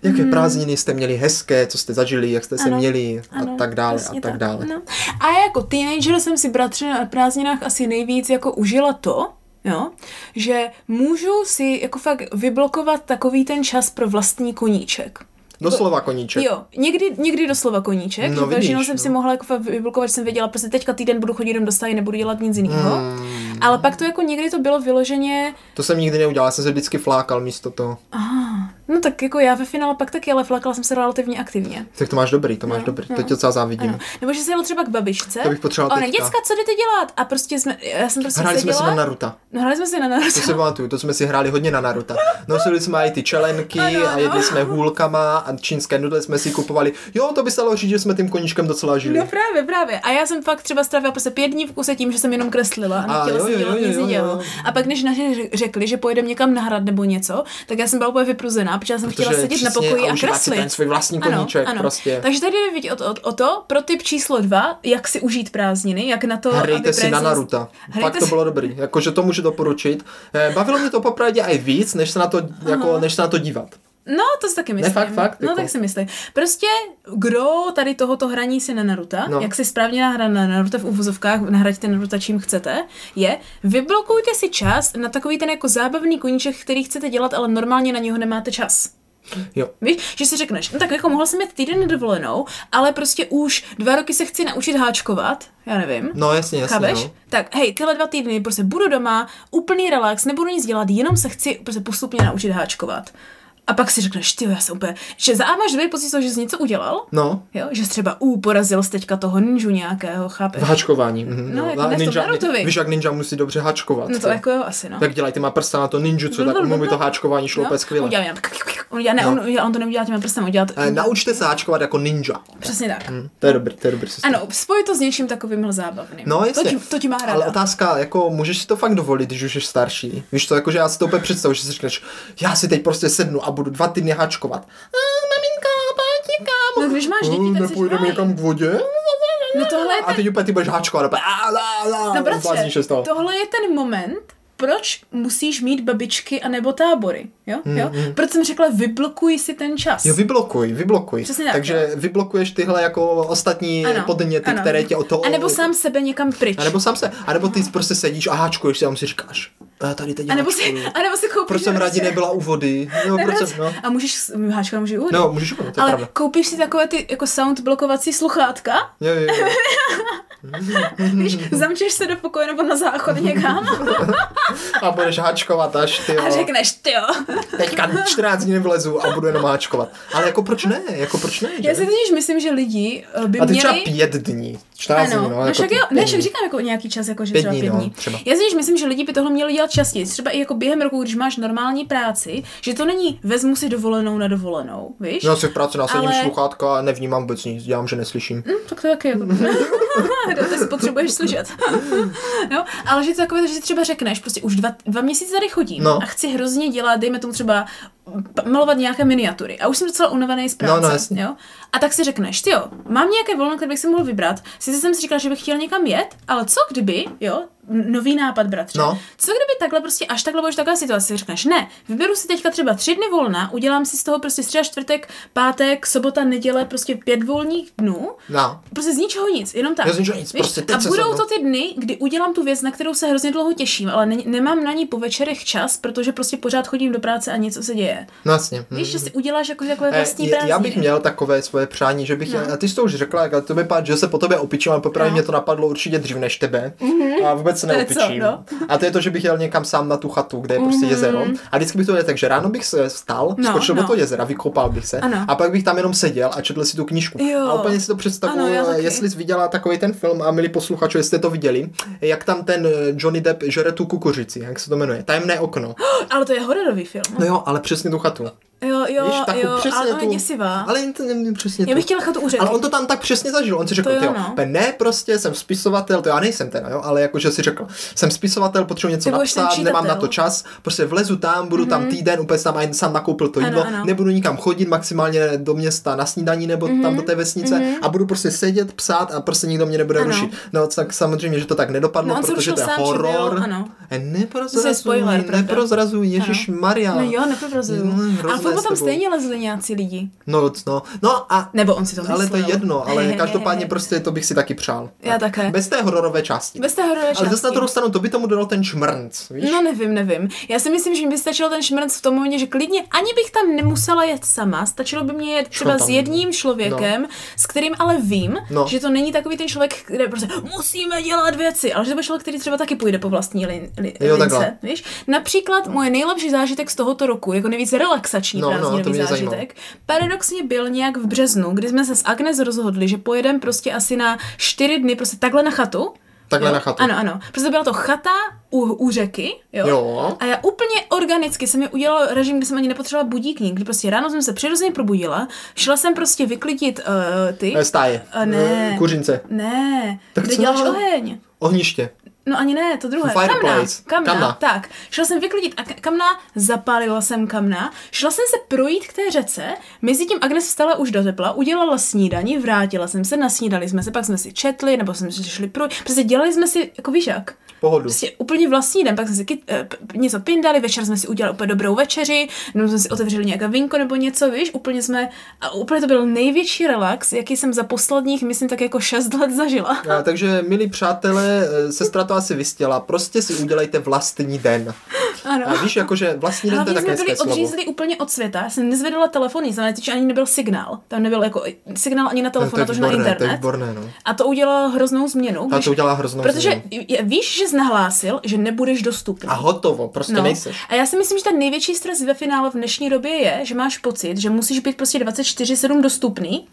jaké hmm. prázdniny jste měli hezké, co jste zažili, jak jste ano. se měli ano. a tak dále Přesně a tak, tak. dále. No. A jako teenager jsem si bratře na prázdninách asi nejvíc jako užila to, Jo? Že můžu si jako fakt vyblokovat takový ten čas pro vlastní koníček. Doslova koníček. Jo, někdy, někdy doslova koníček. No, No, Takže vidíš, jsem no. si mohla jako fakt vyblokovat, že jsem věděla, prostě teďka týden budu chodit jenom do stáje, nebudu dělat nic jiného. Hmm. Ale pak to jako někdy to bylo vyloženě, To jsem nikdy neudělal, já jsem se vždycky flákal místo toho. aha, no tak jako já ve finále pak taky, ale flakala jsem se relativně aktivně. Tak to máš dobrý, to máš No, dobrý, no. to tě docela závidím. Ano. Nebo že jsem jela třeba k babičce. To bych potřebovala Ona, teďka. děcka, co jdete dělat? A prostě jsme, já jsem prostě Hráli jsme si na seděla. Naruta. No hráli jsme si na To si naruto. pamatuju, to jsme si hráli hodně na Naruta. Nosili jsme i ty čelenky Ano, a jedli ano. jsme hůlkama a čínské nudle jsme si kupovali. Jo, to by stalo říct, že jsme tím koníčkem docela žili. No právě, právě. A já jsem fakt třeba strávila prostě pět dní v kuse tím, že jsem jenom kreslila a A nechtěla jo, jsem jo, dělat jo, nic jo, jo. jiného. A pak, když naši ř- řekli, že pojedeme někam na hrad nebo něco, tak já jsem byla úplně vypruzená, protože já jsem chtěla sedět na přesně, pokoji a, užívat si ten kreslit. svůj vlastní koníček prostě. Takže tady jde vidět o, o, o to, pro tip číslo dva, jak si užít prázdniny, jak na to, Hrejte aby si na prázdniny- Naruta. Hrajte Fakt to si- bylo dobrý. Jakože to můžu doporučit. Eh, Bavilo mě to popravdě i víc, než se na to, jako, než se na to dívat. No, to si taky myslím. fakt, fakt, no, jako. tak si myslím. Prostě, kdo tady tohoto hraní si na Naruta, No. no. jak si správně nahra na Naruta v uvozovkách, nahraďte Naruta čím chcete, je, vyblokujte si čas na takový ten jako zábavný koníček, který chcete dělat, ale normálně na něho nemáte čas. Jo. Víš, že si řekneš, no tak jako mohl jsem mít týden na dovolenou, ale prostě už dva roky se chci naučit háčkovat, já nevím. No jasně, jasně. Chápeš? No. Tak hej, tyhle dva týdny prostě budu doma, úplný relax, nebudu nic dělat, jenom se chci prostě postupně naučit háčkovat. A pak si řekneš, ty, já jsem úplně, že za A máš dvě pocit, z toho, že jsi něco udělal, no. jo? že jsi třeba ú, porazil jsi teďka toho ninju nějakého, chápeš? V hačkování. mhm, No, jako A ne v tom Narutovi. víš, jak ninja musí dobře hačkovat. No to jo. jako jo, asi no. Tak dělají těma prsta na to ninjutsu, tak mu by to háčkování šlo úplně no, skvěle. udělám jenom. On, udělá, ne, No. on, udělá, on, to neudělá těma prstem, udělá to, Eh, Naučte se háčkovat jako ninja. přesně tak. Hm, To je dobrý, to je dobrý systém. Ano, spoj to s něčím takovým zábavným. No, jasně. To, ti, to ti má ráda. Ale otázka, jako můžeš si to fakt dovolit, když už jsi starší. Víš to, jako, že já si to úplně představu, že si říkáš, já si teď prostě sednu a budu dva týdny háčkovat. A maminka, pojď No, někam. když máš děti, tak jsi Nepůjdeme fajn. někam k vodě? No tohle je A ten teď úplně ty budeš háčkovat. a úplně, Ah, a, a, a, a, No zblázníš se bratře, z toho. tohle je ten moment, proč musíš mít babičky anebo tábory, jo? jo? Proč jsem řekla, vyblokuj si ten čas. Mm, Jo, vyblokuj, vyblokuj. Přesně tak, Takže vyblokuješ tyhle jako ostatní podněty, které tě o to... A nebo sám sebe někam pryč. A nebo sám se, a nebo ty prostě sedíš a háčkuješ si a si říkáš, a tady teď a nebo si, háčkuju. a nebo si koupíš... Proč jsem prostě- rádi nebyla u vody? No, proč jsem, no. A můžeš, s- háčka může uhodit. No, můžeš, no, to je Ale pravda. koupíš si takové ty jako sound blokovací sluchátka, Jo, jo, jo. víš, zamčeš se do pokoje nebo na záchod někam A budeš háčkovat až, ty a řekneš, ty jo. Teďka 14 dní nevlezu a budu jenom háčkovat. Ale jako proč ne? Jako proč ne? Já Že? si totiž myslím, že lidi eh, by A ty měli... třeba pět dní. 14 Ano, dní, no. no, jako však ty jo, pět ne, však dní. říkám jako nějaký čas, jako že Pět třeba dní, pět no, dní. třeba. Já si když myslím, že lidi by tohle měli dělat častěji, třeba i jako během roku, když máš normální práci, že to není vezmu si dovolenou na dovolenou, víš? No, Já si v práci nasadím Ale- sluchátka a nevnímám vůbec nic, dělám, že neslyším. Hm, tak to taky jako... to ty si potřebuješ slyšet. no, ale že to takové, že si třeba řekneš, prostě už dva, dva měsíce tady chodím No. a chci hrozně dělat, dejme tomu třeba p- malovat nějaké miniatury. A už jsem docela unavený z práce. No, no, jasně. jo? A tak si řekneš, ty jo, mám nějaké volno, které bych si mohl vybrat. Sice jsem si říkala, že bych chtěl někam jet, ale co kdyby, jo, n- nový nápad, bratře. No. Co kdyby takhle prostě až takhle budeš taková situace, řekneš, ne, vyberu si teďka třeba tři dny volna, udělám si z toho prostě středa, čtvrtek, pátek, sobota, neděle, prostě pět volných dnů No. Prostě z ničeho nic, jenom tak. Jo, z ničeho nic, prostě teď a se budou sednu. to ty dny, kdy udělám tu věc, na kterou se hrozně dlouho těším, ale ne- nemám na ní po večerech čas, protože prostě pořád chodím do práce a něco se děje. No jasně. Hm. Víš, že si uděláš jako takové Eh, vlastní je- prázdniny. já bych měl takové svoje přání, že bych, no. a ty jsi to už řekla, jak to mi pát, že se po tobě opičím, ale poprvé No. Mhm. mě to napadlo určitě dřív než tebe a vůbec se To je co, neopičím. no? Mhm. A to je to, že bych jel někam sám na tu chatu, kde je prostě jezero a vždycky bych to dělal tak, že ráno bych se vstal, No, skočil do no. toho jezera, vykopal bych se Ano. a pak bych tam jenom seděl a četl si tu knížku. Jo. A úplně si to představuju, Ano, já eh, taky. jestli jsi viděla takový ten film a milí posluchači, jestli jste to viděli, jak tam ten eh, Johnny Depp žere tu kukuřici, jak se to jmenuje, tajemné okno. No, Ale to je hororový film. No jo, ale přesně tu chatu. Jo, jo, Víš, tak jo, přesně ale ona je tu- děsivá. Ale jen to nevím přesně Já bych to. chtěla chatu uřekl. Ale on to tam tak přesně zažil. On si řekl, To jo, jo, no. ne, prostě jsem spisovatel, to já nejsem ten, jo, ale jakože si řekl, jsem spisovatel, potřebuji něco Ty budeš ten napsat, nemám na čítatel. Mhm. to čas, prostě vlezu tam, budu tam týden, úplně tam a sám nakoupil to Ano, jídlo, ano. nebudu nikam chodit, maximálně do města na snídaní nebo Mhm, tam do té vesnice a budu prostě sedět, psát a prostě nikdo mě nebude Ano. rušit. No, tak samozřejmě, že to tak nedopadlo, No, on se protože rušil to je sám, že horor. E, byl, ano. Neprozrazuj, spoiler, pravda. neprozrazuj, Ježíš Maria. No jo, neprozrazuju. No, hrozné ale furt s tam tebou. stejně lezli nějací lidi. No, no, no a Nebo on si to myslel. ale to je jedno, ale každopádně prostě to bych si taky přál. Já také. Bez té hororové části. Bez té hororové Ale zase části. na druhou stranu, to by tomu dodal ten šmrnc, víš? No nevím, nevím. Já si myslím, že mi by stačilo ten šmrnc v tom momentě, že klidně ani bych tam nemusela jet sama, stačilo by mě jet třeba Šlo tam. s jedním člověkem, s kterým ale vím, No. že to není takový ten člověk, který prostě musíme dělat věci, ale že to byl člověk, který třeba taky půjde po vlastní lin, li, Jo, takhle. lince, víš? Například moje nejlepší zážitek z tohoto roku, jako nejvíc relaxační No, no, to prázdninový mě zajímalo. zážitek, paradoxně byl nějak v březnu, kdy jsme se s Agnes rozhodli, že pojedeme prostě asi na čtyři dny prostě takhle na chatu, Takhle jo? na chatu. Ano, ano. Prostě byla to chata u, u řeky, jo? Jo. A já úplně organicky jsem mi udělala režim, kde jsem ani nepotřebovala budík nikdy. Prostě ráno jsem se přirozeně probudila, šla jsem prostě vyklidit uh, ty... Eh, Stáje. A ne. Eh, Kuřince. Ne, Tak kde co? děláš oheň? Ohniště. No ani ne, to druhé. Fireplace. Kamna, kamna, Kamna. kamna. Tak, šla jsem vyklidit a ka- kamna, zapálila jsem kamna, šla jsem se projít k té řece, mezi tím Agnes vstala už do tepla, udělala snídani, vrátila jsem se, nasnídali jsme se, pak jsme si četli, nebo jsme si šli projít, prostě dělali jsme si jako víš jak. Pohodu. Prostě úplně vlastní den, pak jsme si kyt, eh, p- něco pindali, večer jsme si udělali úplně dobrou večeři, nebo jsme si otevřeli nějaké vinko nebo něco, víš, úplně jsme, a úplně to byl největší relax, jaký jsem za posledních, myslím, tak jako 6 let zažila. A, Eh, takže, milí přátelé, eh, sestra to asi vystěla. Prostě si udělejte vlastní den. Ano. A víš, jakože vlastní den to je Hlavně také jsme byli hezké slovo. odřízli úplně od světa. Já jsem nezvedala telefon, nic znamená, že ani nebyl signál. Tam nebyl jako signál ani na Eh, telefon, To je natož na výborné, to je internet. výborné, no. A to udělalo hroznou změnu. A když- to udělá hroznou Protože změnu. je- víš, že jsi nahlásil, že nebudeš dostupný. A hotovo, prostě No. nejseš. A já si myslím, že ten největší stres ve finále v dnešní době je, že máš pocit, že musíš být prostě 24-7 dostupný.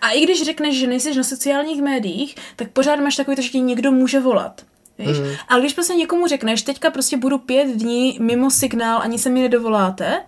A i když řekneš, že nejseš na sociálních médiích, tak pořád máš takový to, že ti někdo může volat. Víš? Hmm. Mm. Ale když prostě někomu řekneš, teďka prostě budu pět dní mimo signál, ani se mi nedovoláte,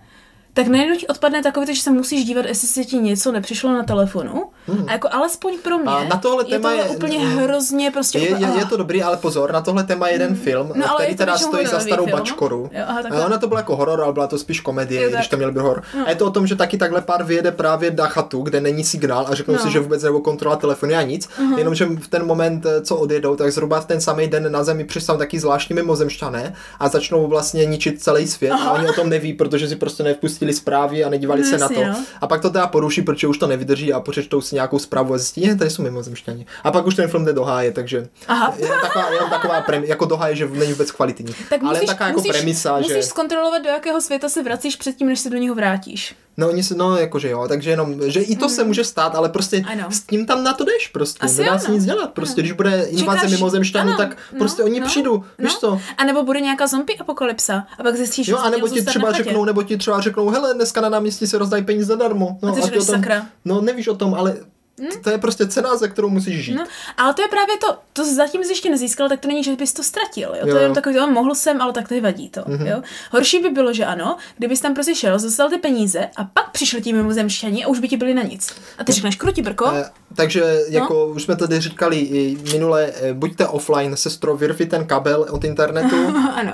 tak najednou ti odpadne takové to, že se musíš dívat, jestli se ti něco nepřišlo na telefonu. Mm. A jako alespoň pro mě Hmm. A na tohle je téma tohle je- úplně hrozně prostě... Je, úplně, je, je ah. to dobrý, ale pozor, na tohle téma je jeden film, No, ale který je to teda většinou stojí za hororový starou film. bačkoru. Jo, aha, takhle. ale ona to byla jako horor, ale byla to spíš komedie, Jo, když tak. No. to měl být horor. A je to o tom, že taky takhle pár vyjede právě na chatu, kde není signál a řeknou No. Mhm. si, že vůbec nebo kontrola telefony a nic, jenomže v ten moment, eh, co odjedou, tak zhruba v ten samý den na zemi přistanou taky zvláštní mimozemšťané a začnou vlastně ničit celý svět a oni o tom neví, protože si prostě nevpustili zprávy a nedívali No, se na jasně, to. no. A pak to teda poruší, protože už to nevydrží a počečtou si nějakou zprávu a zjistí, že tady jsou mimozemšťani. A pak už ten film jde do háje, takže Aha. jenom taková, jenom taková prem, jako do háje, že není vůbec kvalitní. Tak Ale musíš, taká jako musíš, premisa, musíš že... zkontrolovat, do jakého světa se vracíš předtím, než se do něho vrátíš. No, oni se, no, jakože jo, takže jenom, že i to se může stát, ale prostě Mhm. Ano. s tím tam na to jdeš prostě, Asi nedá se ano. nic dělat, prostě, když bude invaze Čekáš- mimozemšťanů, ano, tak no, prostě oni no, přijdou, no. víš co? A nebo bude nějaká zombie apokalypsa a pak zjistíš, že Jo, jsi a nebo měl ti zůstat třeba na chatě. řeknou, nebo ti třeba řeknou, hele, dneska na náměstí se rozdají peníze zadarmo. No, A ty ty řekneš, o tom, sakra. Hm? no, nevíš o tom, ale t- to je prostě cena, za kterou musíš žít. No, ale to je právě to, to zatím jsi ještě nezískal, tak to není, že bys to ztratil. Jo, Jo? To je jo. Mhm. jenom takový, jo, mohl jsem, ale tak to vadí to. Jo? Horší by bylo, že ano, kdybys tam prostě šel, dostal ty peníze a pak přišli ti mimozemšťani a už by ti byli na nic. A ty řekneš, krutí brko, No. Eh, Takže jako No. už jsme tady říkali i minule, eh, buďte offline, sestro, vyrvi ten kabel od internetu. ano.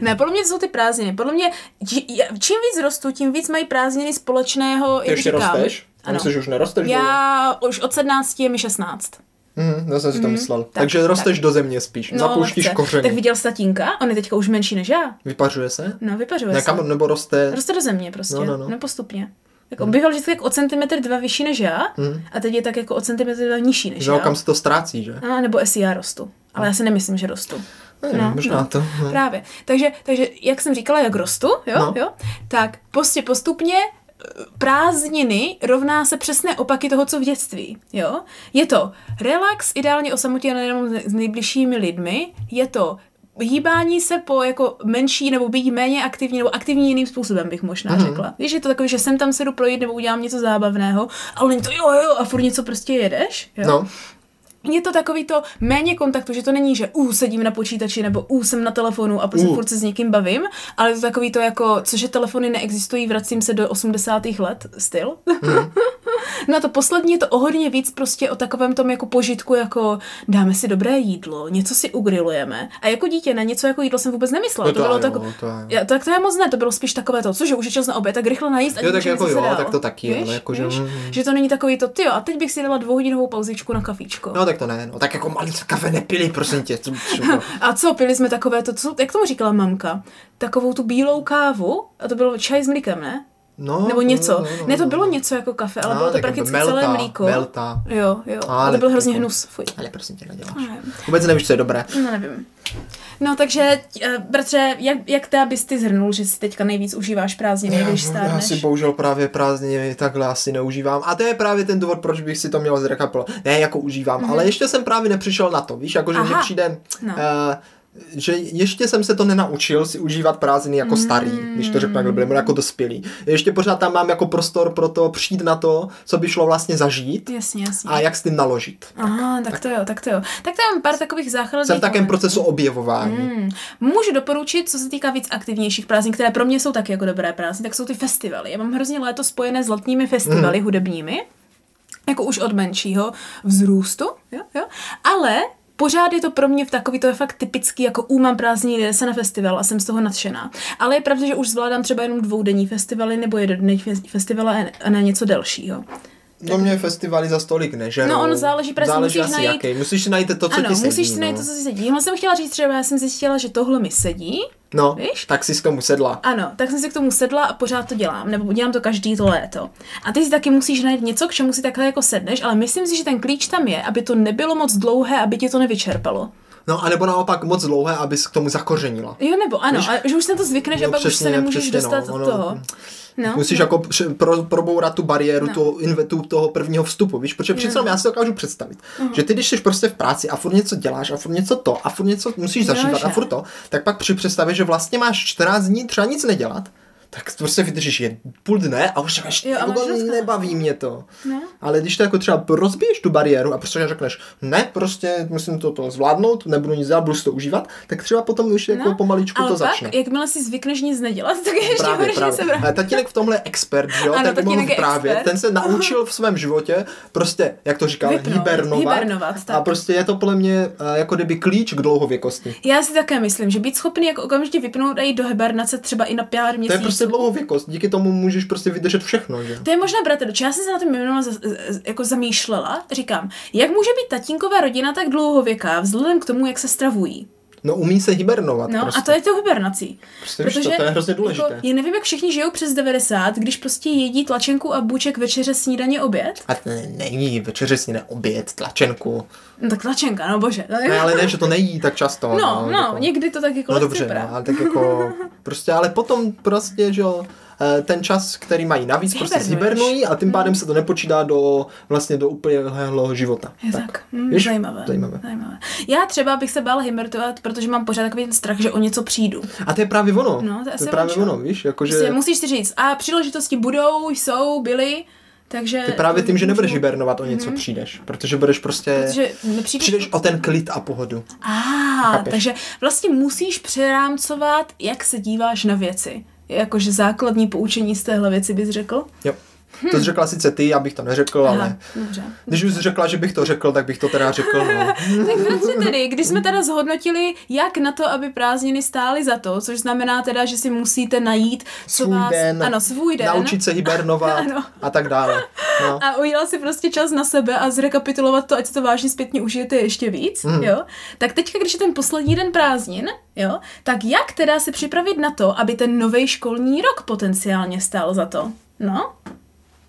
ne, podle mě to jsou ty prázdniny. Podle mě, či- já- čím víc rostu, tím víc mají prázdniny společného. Ty jak ještě říkám. rosteš? Ano. Ano. Myslíš, že už nerosteš? Já už od 17 je mi 16. Mhm, já jsem si to myslel. Takže rosteš do země spíš, no, zapouštíš lehce. kořeny. Tak viděl jsi tatínka? On je teďka už menší než já. Vypařuje se? No, vypařuje Ne, se. kam, nebo roste? Roste do země prostě. No, no, no. Nepostupně. Tak on býval vždycky tak o centimetr dva vyšší než já a teď je tak jako o centimetr dva nižší než Hmm. No, já. kam No. se to ztrácí, že? A nebo jestli já rostu. Ale já si nemyslím, že rostu. Ne, No, Hm, možná to. ne. Právě. Takže, takže jak jsem říkala, jak rostu, jo, No. no. jo, tak prostě postupně eh, prázdniny rovná se přesné opaky toho, co v dětství. Jo? Je to relax, ideálně o samotě nejenom s nejbližšími lidmi, je to hýbání se po jako menší nebo být méně aktivní nebo aktivní jiným způsobem bych možná mm. řekla. Víš, je to takový, že sem tam se jdu projít nebo udělám něco zábavného, ale není to jo, jo, a furt něco prostě jedeš. Jo? No, je to takový to méně kontaktu, že to není, že u sedím na počítači nebo u jsem na telefonu a prostě U. furt se s někým bavím, ale je to takový to jako, cože telefony neexistují, vracím se do 80. let styl. Mhm. no a to poslední je to o hodně víc prostě o takovém tom jako požitku, jako dáme si dobré jídlo, něco si ugrilujeme. A jako dítě na něco jako jídlo jsem vůbec nemyslela. No to to bylo ano, tak, to ano. Ja, tak to je moc ne, to bylo spíš takové to, cože už je čas na oběd, tak rychle najíst a Jo, tak můžeme jako zase jo, dál. tak to taky, víš, ale jakože, víš? mm. Že to není takový to, ty jo, a teď bych si dala dvouhodinovou pauzičku na kafíčko. No tak to ne, no tak jako malý kafe nepili, prosím tě. Co, co, no. A co, pili jsme takové to, co, jak tomu říkala mamka, takovou tu bílou kávu, a to bylo čaj s mlíkem, ne? no, Nebo něco. no, no, no. Ne, to bylo něco jako kafe, ale No, bylo to tak prakticky melta, celé mlíko. melta. Jo, jo. Ale Ale to byl hrozně jako- hnus, fuj. Ale prosím tě, neděláš. No, Ne. Vůbec nevíš, co je dobré. No nevím. No takže, eh, bratře, jak, jak teda bys ty zhrnul, že si teďka nejvíc užíváš prázdniny, když já stárneš? si bohužel právě prázdniny takhle asi neužívám. A to je právě ten důvod, proč bych si to měl zrekapitulovat. Ne, jako užívám, ale ještě jsem právě nepřišel na to, víš, jako že Mhm. Aha. mně přijde, No. no. uh, že ještě jsem se to nenaučil si užívat prázdniny jako starý, když to řeknu takhle, nebo jako dospělý. Ještě pořád tam mám jako prostor pro to přijít na to, co by šlo vlastně zažít Jasně, jasně. a jak s tím naložit. Aha, tak to jo, tak to jo. Tak to mám pár takových základních. Jsem v takém momentů. procesu objevování. Hmm. Můžu doporučit, co se týká víc aktivnějších prázdnin, které pro mě jsou taky jako dobré prázdniny, tak jsou ty festivaly. Já mám hrozně léto spojené s letními Mhm. festivaly hudebními, jako už od menšího vzrůstu, jo, jo. ale pořád je to pro mě v takový, to je fakt typický, jako u mám prázdní, jde se na festival a jsem z toho nadšená. Ale je pravda, že už zvládám třeba jenom dvoudenní festivaly nebo jednodenní fes- festivaly a ne- a ne něco delšího. No mě festivaly za stolik nežerou. No, ono záleží, protože záleží musíš asi najít- jaký. Musíš si najít to, co ano, ti sedí, musíš si najít no. to, co si sedí. Jenom jsem chtěla říct, třeba já jsem zjistila, že tohle mi sedí, No, víš? tak si k tomu sedla. Ano, tak jsem si k tomu sedla a pořád to dělám, nebo dělám to každý to léto. A ty si taky musíš najít něco, k čemu si takhle jako sedneš, ale myslím si, že ten klíč tam je, aby to nebylo moc dlouhé, aby tě to nevyčerpalo. No, anebo naopak moc dlouhé, abys k tomu zakořenila. Jo, nebo ano, Víš? a že už se na to zvykneš No, a pak už se přesně, nemůžeš přesně, no, dostat od ono- toho. No, Musíš no. jako pře- pro, probourat tu bariéru no. toho invetu, toho prvního vstupu, víš, protože No. přece jenom já si to dokážu představit, Mhm. že ty, když jsi prostě v práci a furt něco děláš a furt něco to a furt něco musíš zažívat a No, že? furt to, tak pak při představě, že vlastně máš 14 dní třeba nic nedělat, tak prostě vydržíš je půl dne a už říkáš, Jo, a "Ty máš vole, rozklad. nebaví mě to. No. Ale když to jako třeba rozbiješ tu bariéru a prostě řekneš, ne, prostě musím to, to zvládnout, nebudu nic dělat, budu si to užívat, tak třeba potom už jako pomaličku No. ale to pak, začne. jakmile si zvykneš nic nedělat, tak je ještě Právě, horší se právě. vrátí. Ale tatínek v tomhle je expert, že jo? Ano, ten tatínek je právě, expert. ten se naučil v svém životě prostě, jak to říkal, Vypnout, hibernovat. hibernovat, tak. a prostě je to podle mě eh, jako kdyby klíč k dlouhověkosti. Já si také myslím, že být schopný jako okamžitě vypnout a jít do hibernace třeba i na pár To je měsíců. prostě dlouhověkost, díky tomu můžeš prostě vydržet všechno, že? To je možná bratrč. Já jsem se na tom minula za- z- jako zamýšlela. Říkám, jak může být tatínková rodina tak dlouhověká vzhledem k tomu, jak se stravují? No umí se hibernovat No prostě. a to je to hibernací. Prostě víš to, to je hrozně důležité. Jako, já nevím, jak všichni žijou přes 90, když prostě jedí tlačenku a buček večeře, snídaně, oběd. A to ne- nejí, večeře si neoběd, tlačenku. No tak tlačenka, no bože. Ne, ale ne, že to nejí tak často. No, no, jako- někdy to tak jako No lehce dobře, prá. no, ale tak jako, prostě, ale potom prostě, že jo, eh, ten čas, který mají navíc, prostě Zhibernuješ. Mm. zhibernují a tím pádem se to nepočítá do, vlastně do úplného života. Je tak. Mm, Víš? zajímavé. Zajímavé. zajímavé. Já třeba bych se bála hibertovat, protože mám pořád takový ten strach, že o něco přijdu. A to je právě ono. No, to to asi je právě ono, že? ono, víš, Prostě jakože musíš si říct, a příležitosti budou, jsou, byly, takže... ty právě tím, že nebudeš můžu- hibernovat, o něco přijdeš, protože budeš prostě, Mhm. Protože nepřijdeš... přijdeš o ten klid a pohodu. Ah, Chápeš. takže vlastně musíš přerámcovat, jak se díváš na věci. Jakože základní poučení z téhle věci bys řekl? Jo. To jsi řekla sice ty, abych to neřekl, ale dobře. když už jsi řekla, že bych to řekl, tak bych to teda řekl, no. Tak bratře tedy, když jsme teda zhodnotili, jak na to, aby prázdniny stály za to, což znamená teda, že si musíte najít, co Svůj vás... den, ano, svůj den. naučit se hibernovat Ano. a tak dále. No. a udělat si prostě čas na sebe a zrekapitulovat to, ať si to vážně zpětně užijete ještě víc, Mhm. mm. jo. Tak teďka, když je ten poslední den prázdnin, jo, tak jak teda se připravit na to, aby ten nový školní rok potenciálně stál za to? No,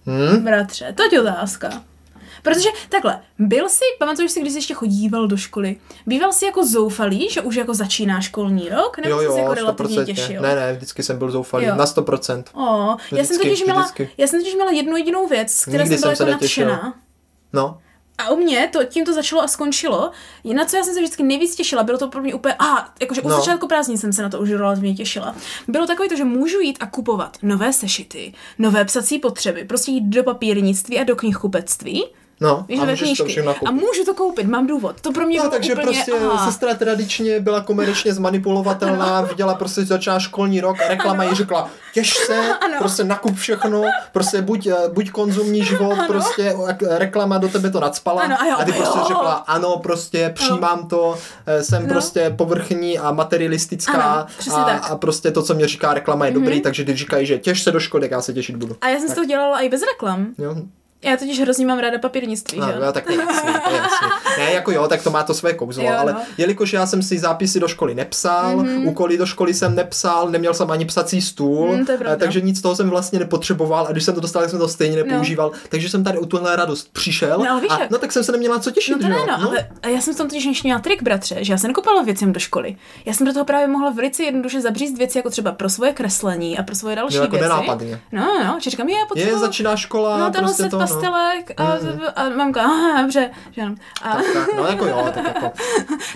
Hmm? bratře, to je otázka. Protože takhle, byl jsi, pamatuješ si, když jsi ještě chodíval do školy, býval jsi jako zoufalý, že už jako začíná školní rok, nebo Jo, jsi se jo, jako relativně 100%. těšil? Ne, ne, vždycky jsem byl zoufalý, Jo. na 100%. O, já jsem, Vždycky, totiž měla, vždycky. já jsem totiž měla jednu jedinou věc, z které Nikdy jsem byla jsem se jako netěšil. nadšená. No, A u mě to tím to začalo a skončilo. Na co já jsem se vždycky nejvíc těšila, bylo to pro mě úplně, aha, jakože u No. začátku prázdnin jsem se na to už relativně těšila. Bylo takové to, že můžu jít a kupovat nové sešity, nové psací potřeby, prostě jít do papírnictví a do knihkupectví. No, Víš, a ve můžeš to knížky. všechno a koupit. můžu to koupit, mám důvod. To pro mě No, bylo takže úplně, prostě aha. sestra tradičně byla komerčně zmanipulovatelná, viděla prostě, začala školní rok a reklama jí řekla, těž se, Ano. prostě nakup všechno, prostě buď, eh, buď konzumní život, Ano. prostě eh, reklama do tebe to nadspala Ano, a jo, a ty jo. prostě řekla, ano, prostě přijímám to, eh, jsem No. prostě povrchní a materialistická Ano, přesně a, tak. Mhm. a prostě to, co mě říká reklama je dobrý, takže když říkají, že těž se do školy, tak já se těšit budu. A já jsem z toho dělala i bez reklam. Jo, Já totiž hrozně mám ráda papírnictví, že? No, já taky jasně, to je jasně. Ne, jako jo, tak to má to své kouzlo, Jo, jo, no. Mhm. ale jelikož já jsem si zápisy do školy nepsal, mm-hmm. úkoly do školy jsem nepsal, neměl jsem ani psací stůl, Mm, to je pravda. eh, takže nic z toho jsem vlastně nepotřeboval a když jsem to dostal, tak jsem to stejně nepoužíval, takže jsem tady u tuhle radost přišel No, ale víš a jak- no tak jsem se neměla co těšit, No to že ne, jo? no, ale a já jsem v tom totiž ještě měla trik, bratře, že já jsem nekopala věcem do školy. Já jsem do toho právě mohla velice jednoduše zabřízt věci, jako třeba pro svoje kreslení a pro svoje další Jo, jako věci. nenápadně. No, no, že říkám, je, Je, potřebuji. začíná škola, no, tenhle prostě set to, no. pastelek a, a, mamka, aha, dobře, že ano. A, Tak, no jako jo, tak jako.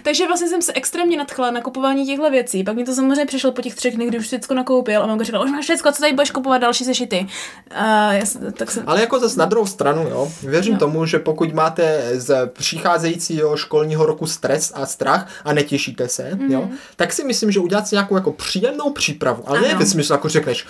takže vlastně jsem se extrémně nadchla na kupování těchto věcí. Pak mi to samozřejmě přišlo po těch třech dnech, kdy už všechno nakoupil a mamka říkala, už máš všechno, co tady budeš kupovat další sešity. A já jsem, tak jsem, Ale jako zase na druhou stranu, jo, věřím No. no. tomu, že pokud máte z přicházejícího školního roku stres a strach a netěšíte se, mm-hmm. jo, tak si myslím, že udělat si nějakou jako příjemnou přípravu, ale ne Ano. ve smyslu, jako řekneš,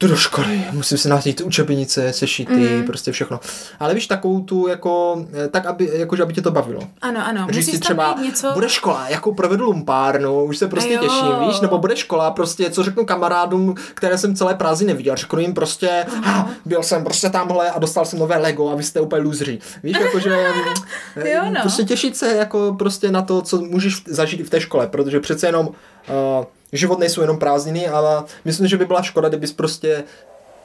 jdu do školy, musím si najít učebnice, sešity, mm-hmm. prostě všechno. Ale víš, takovou tu, jako, eh, tak, aby, jakože, aby tě to bavilo. ano, ano, Říct si no, musíš tam třeba, najít něco. bude škola, jakou provedu lumpárnu, už se prostě A jo. těším, víš, nebo bude škola, prostě, co řeknu kamarádům, které jsem celé prázdny neviděl, řeknu jim prostě, ha, byl jsem prostě tamhle a dostal jsem nové Lego a vy jste úplně lůzři. Víš, jakože, Jo, no. prostě těšit se jako prostě na to, co můžeš v- zažít v té škole, protože přece jenom uh, život nejsou jenom prázdniny, ale myslím, že by byla škoda, kdybys prostě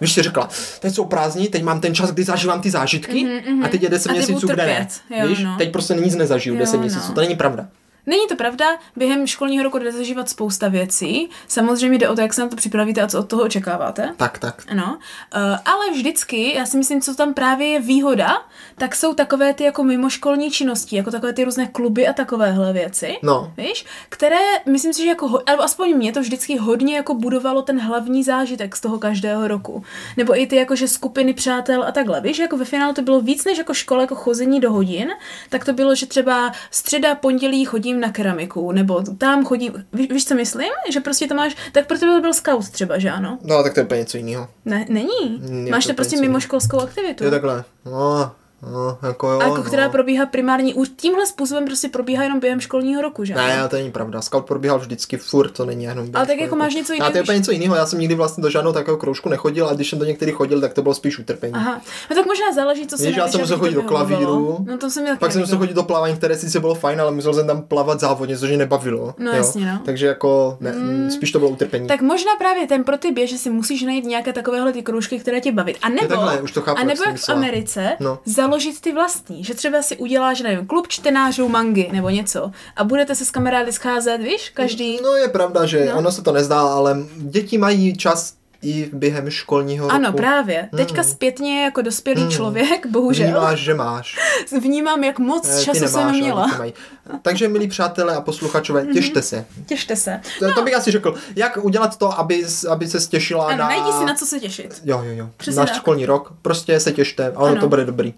Víš, si řekla, teď jsou prázdní, teď mám ten čas, kdy zažívám ty zážitky a teď je 10 Mhm, A ty budu měsíců, kde ne. trpět. Jo, víš, no. teď prostě nic nezažiju Jo, 10 no. měsíců, to není pravda. Není to pravda, během školního roku jde zažívat spousta věcí. Samozřejmě jde o to, jak se na to připravíte a co od toho očekáváte. Tak, tak. Ano, Eh, ale vždycky, já si myslím, co tam právě je výhoda, tak jsou takové ty jako mimoškolní činnosti, jako takové ty různé kluby a takovéhle věci. No. Víš, které, myslím si, že jako, ho- nebo aspoň mě to vždycky hodně jako budovalo ten hlavní zážitek z toho každého roku. Nebo i ty jakože skupiny přátel a takhle, víš, jako ve finále to bylo víc než jako škola, jako chození do hodin, tak to bylo, že třeba středa, pondělí chodím na keramiku, nebo tam chodím, víš, víš co myslím? Že prostě to máš, tak pro tebe to byl scout třeba, že ano? No, tak to je úplně něco jiného. Ne, není. Mm, je Máš to to prostě penzi. mimoškolskou aktivitu. Jo, takhle. No, no, jako jo. A jako, která no. probíhá primární, už tímhle způsobem prostě probíhá jenom během školního roku, že? Ne, to není pravda. Scout probíhal vždycky furt, to není jenom. během Ale tak školy. jako máš něco A to je jiného, úplně něco jiného. Já jsem nikdy vlastně do žádného takového kroužku nechodil a když jsem do některých chodil, tak to bylo spíš utrpení. Aha, no tak možná záleží, co si Víš, já najdeš, jsem aby musel ti chodit do vyhovovalo. klavíru. No to jsem taky Pak jsem musel neviděla. chodit do plavání, které sice bylo fajn, ale musel jsem tam plavat závodně, což mě nebavilo. No, jo. jasně, no. Mm. Takže jako, ne, spíš to bylo utrpení. Tak možná právě ten pro ty je, že si musíš najít nějaké takovéhle ty kroužky, které tě baví. A nebo, takhle, už to chápu, a jak nebo jsi jak v myslela. Americe, No. založit ty vlastní. Že třeba si uděláš, nevím, klub čtenářů mangy nebo něco a budete se s kamarády scházet, víš, každý. No je pravda, že No. ono se to nezdá, ale děti mají čas i během školního Ano, roku. Mm. právě. Teďka zpětně jako dospělý člověk, bohužel, Vnímáš, že máš. vnímám, jak moc Eh, času jsem ale měla. ty mají. Takže, milí přátelé a Mhm. posluchačové, těšte se. Těšte se. To, to bych asi řekl. Jak udělat to, aby, aby se stěšila Ano, na... najdi si na co se těšit. Jo, jo, jo. Přesně na tak. školní rok. Prostě se těšte a ono Ano. to bude dobrý.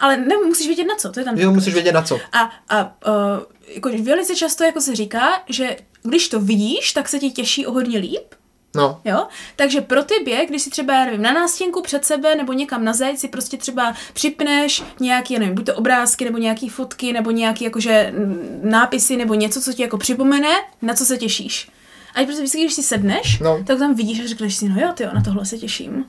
Ale ne, musíš vědět na co, to je tam. Jo, musíš vědět na co. A, a uh, jako velice často jako se říká, že když to vidíš, tak se ti těší o hodně líp. No. Jo? Takže pro ty běh, když si třeba, já nevím, na nástěnku před sebe nebo někam na zeď si prostě třeba připneš nějaký, já nevím, buď to obrázky nebo nějaký fotky nebo nějaký jakože mm, nápisy nebo něco, co ti jako připomene, na co se těšíš. A prostě vždycky, když si sedneš, No. tak tam vidíš a řekneš si, no jo, ty na tohle se těším.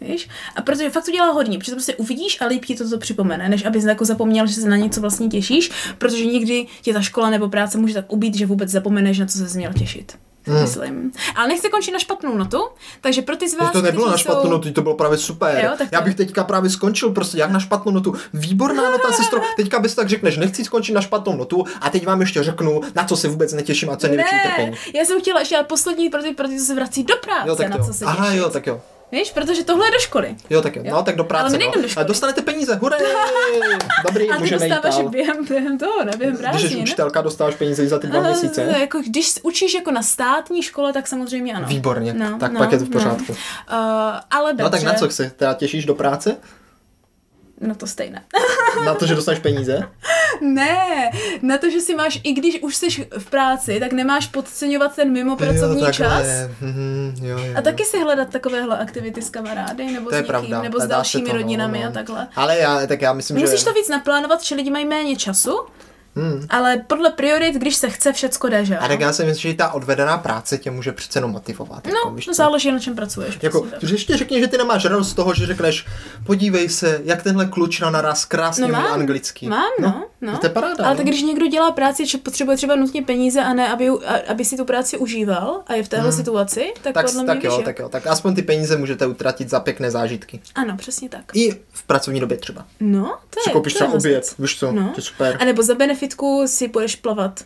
Víš? A protože fakt to dělá hodně, protože to prostě uvidíš a líp ti to, to připomene, než abys jako zapomněl, že se na něco vlastně těšíš, protože někdy tě ta škola nebo práce může tak ubít, že vůbec zapomeneš, na co se měl těšit. Hmm. Myslím. Ale nechci končit na špatnou notu, takže pro ty z vás, Teď to nebylo kteří na špatnou jsou... notu, to bylo právě super. Jo, tak to Já je. bych teďka právě skončil prostě jak na špatnou notu. Výborná nota, sestro. Teďka bys tak řekneš, nechci skončit na špatnou notu a teď vám ještě řeknu, na co se vůbec netěším a co je největší Ne, utrpení. já jsem chtěla ještě dát poslední pro ty, pro ty, co se vrací do práce, Jo, tak na to co jo. se těšit. Aha, jo, tak jo. Víš, protože tohle je do školy. Jo, tak jo. No, tak do práce. Ale my nejdeme no. do A školy. dostanete peníze, huré! Dobrý, A ty můžeme jít dostáváš dál. je během, během toho, ne? Během Když prázdnin. jsi ne? učitelka, dostáváš peníze i za ty dva Ale měsíce. Jako, když učíš jako na státní škole, tak samozřejmě ano. Výborně, tak pak je to v pořádku. No. Uh, ale No tak bratře, na co se teda těšíš do práce? No to stejné. Na to, že dostaneš peníze? Ne, na to, že si máš, i když už jsi v práci, tak nemáš podceňovat ten mimo pracovní takhle. čas. Mhm, jo, jo, A taky si hledat takovéhle aktivity s kamarády, nebo To s je někým, pravda. nebo s Nedá se dalšími to, no, rodinami no. a takhle. Ale já, tak já myslím, Musíš že... to víc naplánovat, že lidi mají méně času, Hmm. ale podle priorit, když se chce, všecko jde, že jo? A tak já si myslím, že i ta odvedená práce tě může přece jenom motivovat. jako, No, víš to co? záleží, na čem pracuješ. Jako, přesně tak. že ještě řekni, že ty nemáš radost z toho, že řekneš, podívej se, jak tenhle klučina naraz krásně No umí mám, anglicky. Mám, no. no. To je paráda. Ale no. tak když někdo dělá práci, že potřebuje třeba nutně peníze a ne, aby, ju- a- aby si tu práci užíval a je v téhle situaci, tak, Hmm. tak, podle mě tak víš, jo, že- tak jo, tak aspoň ty peníze můžete utratit za pěkné zážitky. Ano, přesně tak. I v pracovní době třeba. No, to Si je. koupíš to je třeba oběd, moc. víš co, No. to je super. A nebo za benefitku si půjdeš plavat,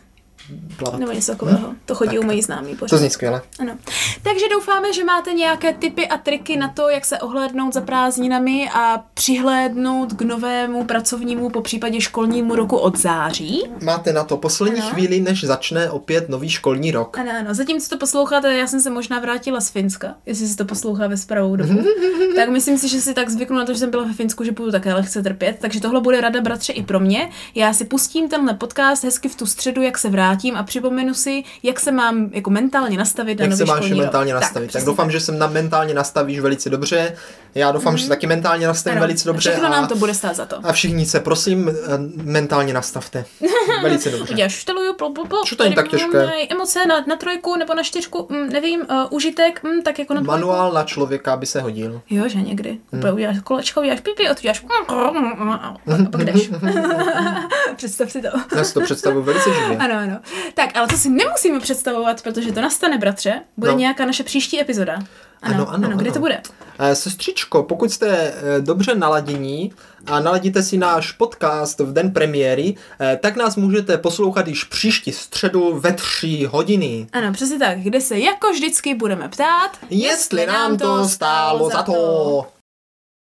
Plavat. nebo něco takového. To chodí u mojí známí no. To pořád. zní skvěle. Ano. Takže doufáme, že máte nějaké tipy a triky na to, jak se ohlédnout za prázdninami a přihlédnout k novému pracovnímu, po případě školnímu roku od září. Máte na to poslední Ano. chvíli, než začne opět nový školní rok. Ano, ano. Zatímco to posloucháte, já jsem se možná vrátila z Finska, jestli se to poslouchá ve správnou dobu. tak myslím si, že si tak zvyknu na to, že jsem byla ve Finsku, že budu také lehce trpět. Takže tohle bude rada bratře i pro mě. Já si pustím tenhle podcast hezky v tu středu, jak se vrátím a připomenu si, jak se mám jako mentálně nastavit na Jak nový se máš školní rok. mentálně nastavit. Tak, přesně doufám, že se na mentálně nastavíš velice dobře. Já doufám, že se taky mentálně nastavím Mhm. Ano, velice dobře. Všechno a... nám to bude stát za to. A všichni se, prosím, eh, mentálně nastavte. Velice dobře. Uděláš šteluju, plop, plop, plop, Co to není tak těžké? Emoce na, na trojku nebo na čtyřku, mm, nevím, uh, užitek, mm, tak jako na dvojku. Manuál na člověka by se hodil. Jo, že Hmm. někdy. Úplně uděláš kolečko, uděláš pipi a tu děláš a pak jdeš. Představ si to. Já si to představuji velice živě. Ano, ano. Tak, ale to si nemusíme představovat, protože to nastane, bratře. Bude No. nějaká naše příští epizoda. Ano, Ano, ano, ano, ano, Kdy ano. to bude? Eh, Sestřičko, pokud jste eh, dobře naladění a naladíte si náš podcast v den premiéry, eh, tak nás můžete poslouchat již příští středu ve tři hodiny. Ano, přesně tak. Kde se jako vždycky budeme ptát, Jestli nám to stálo za to.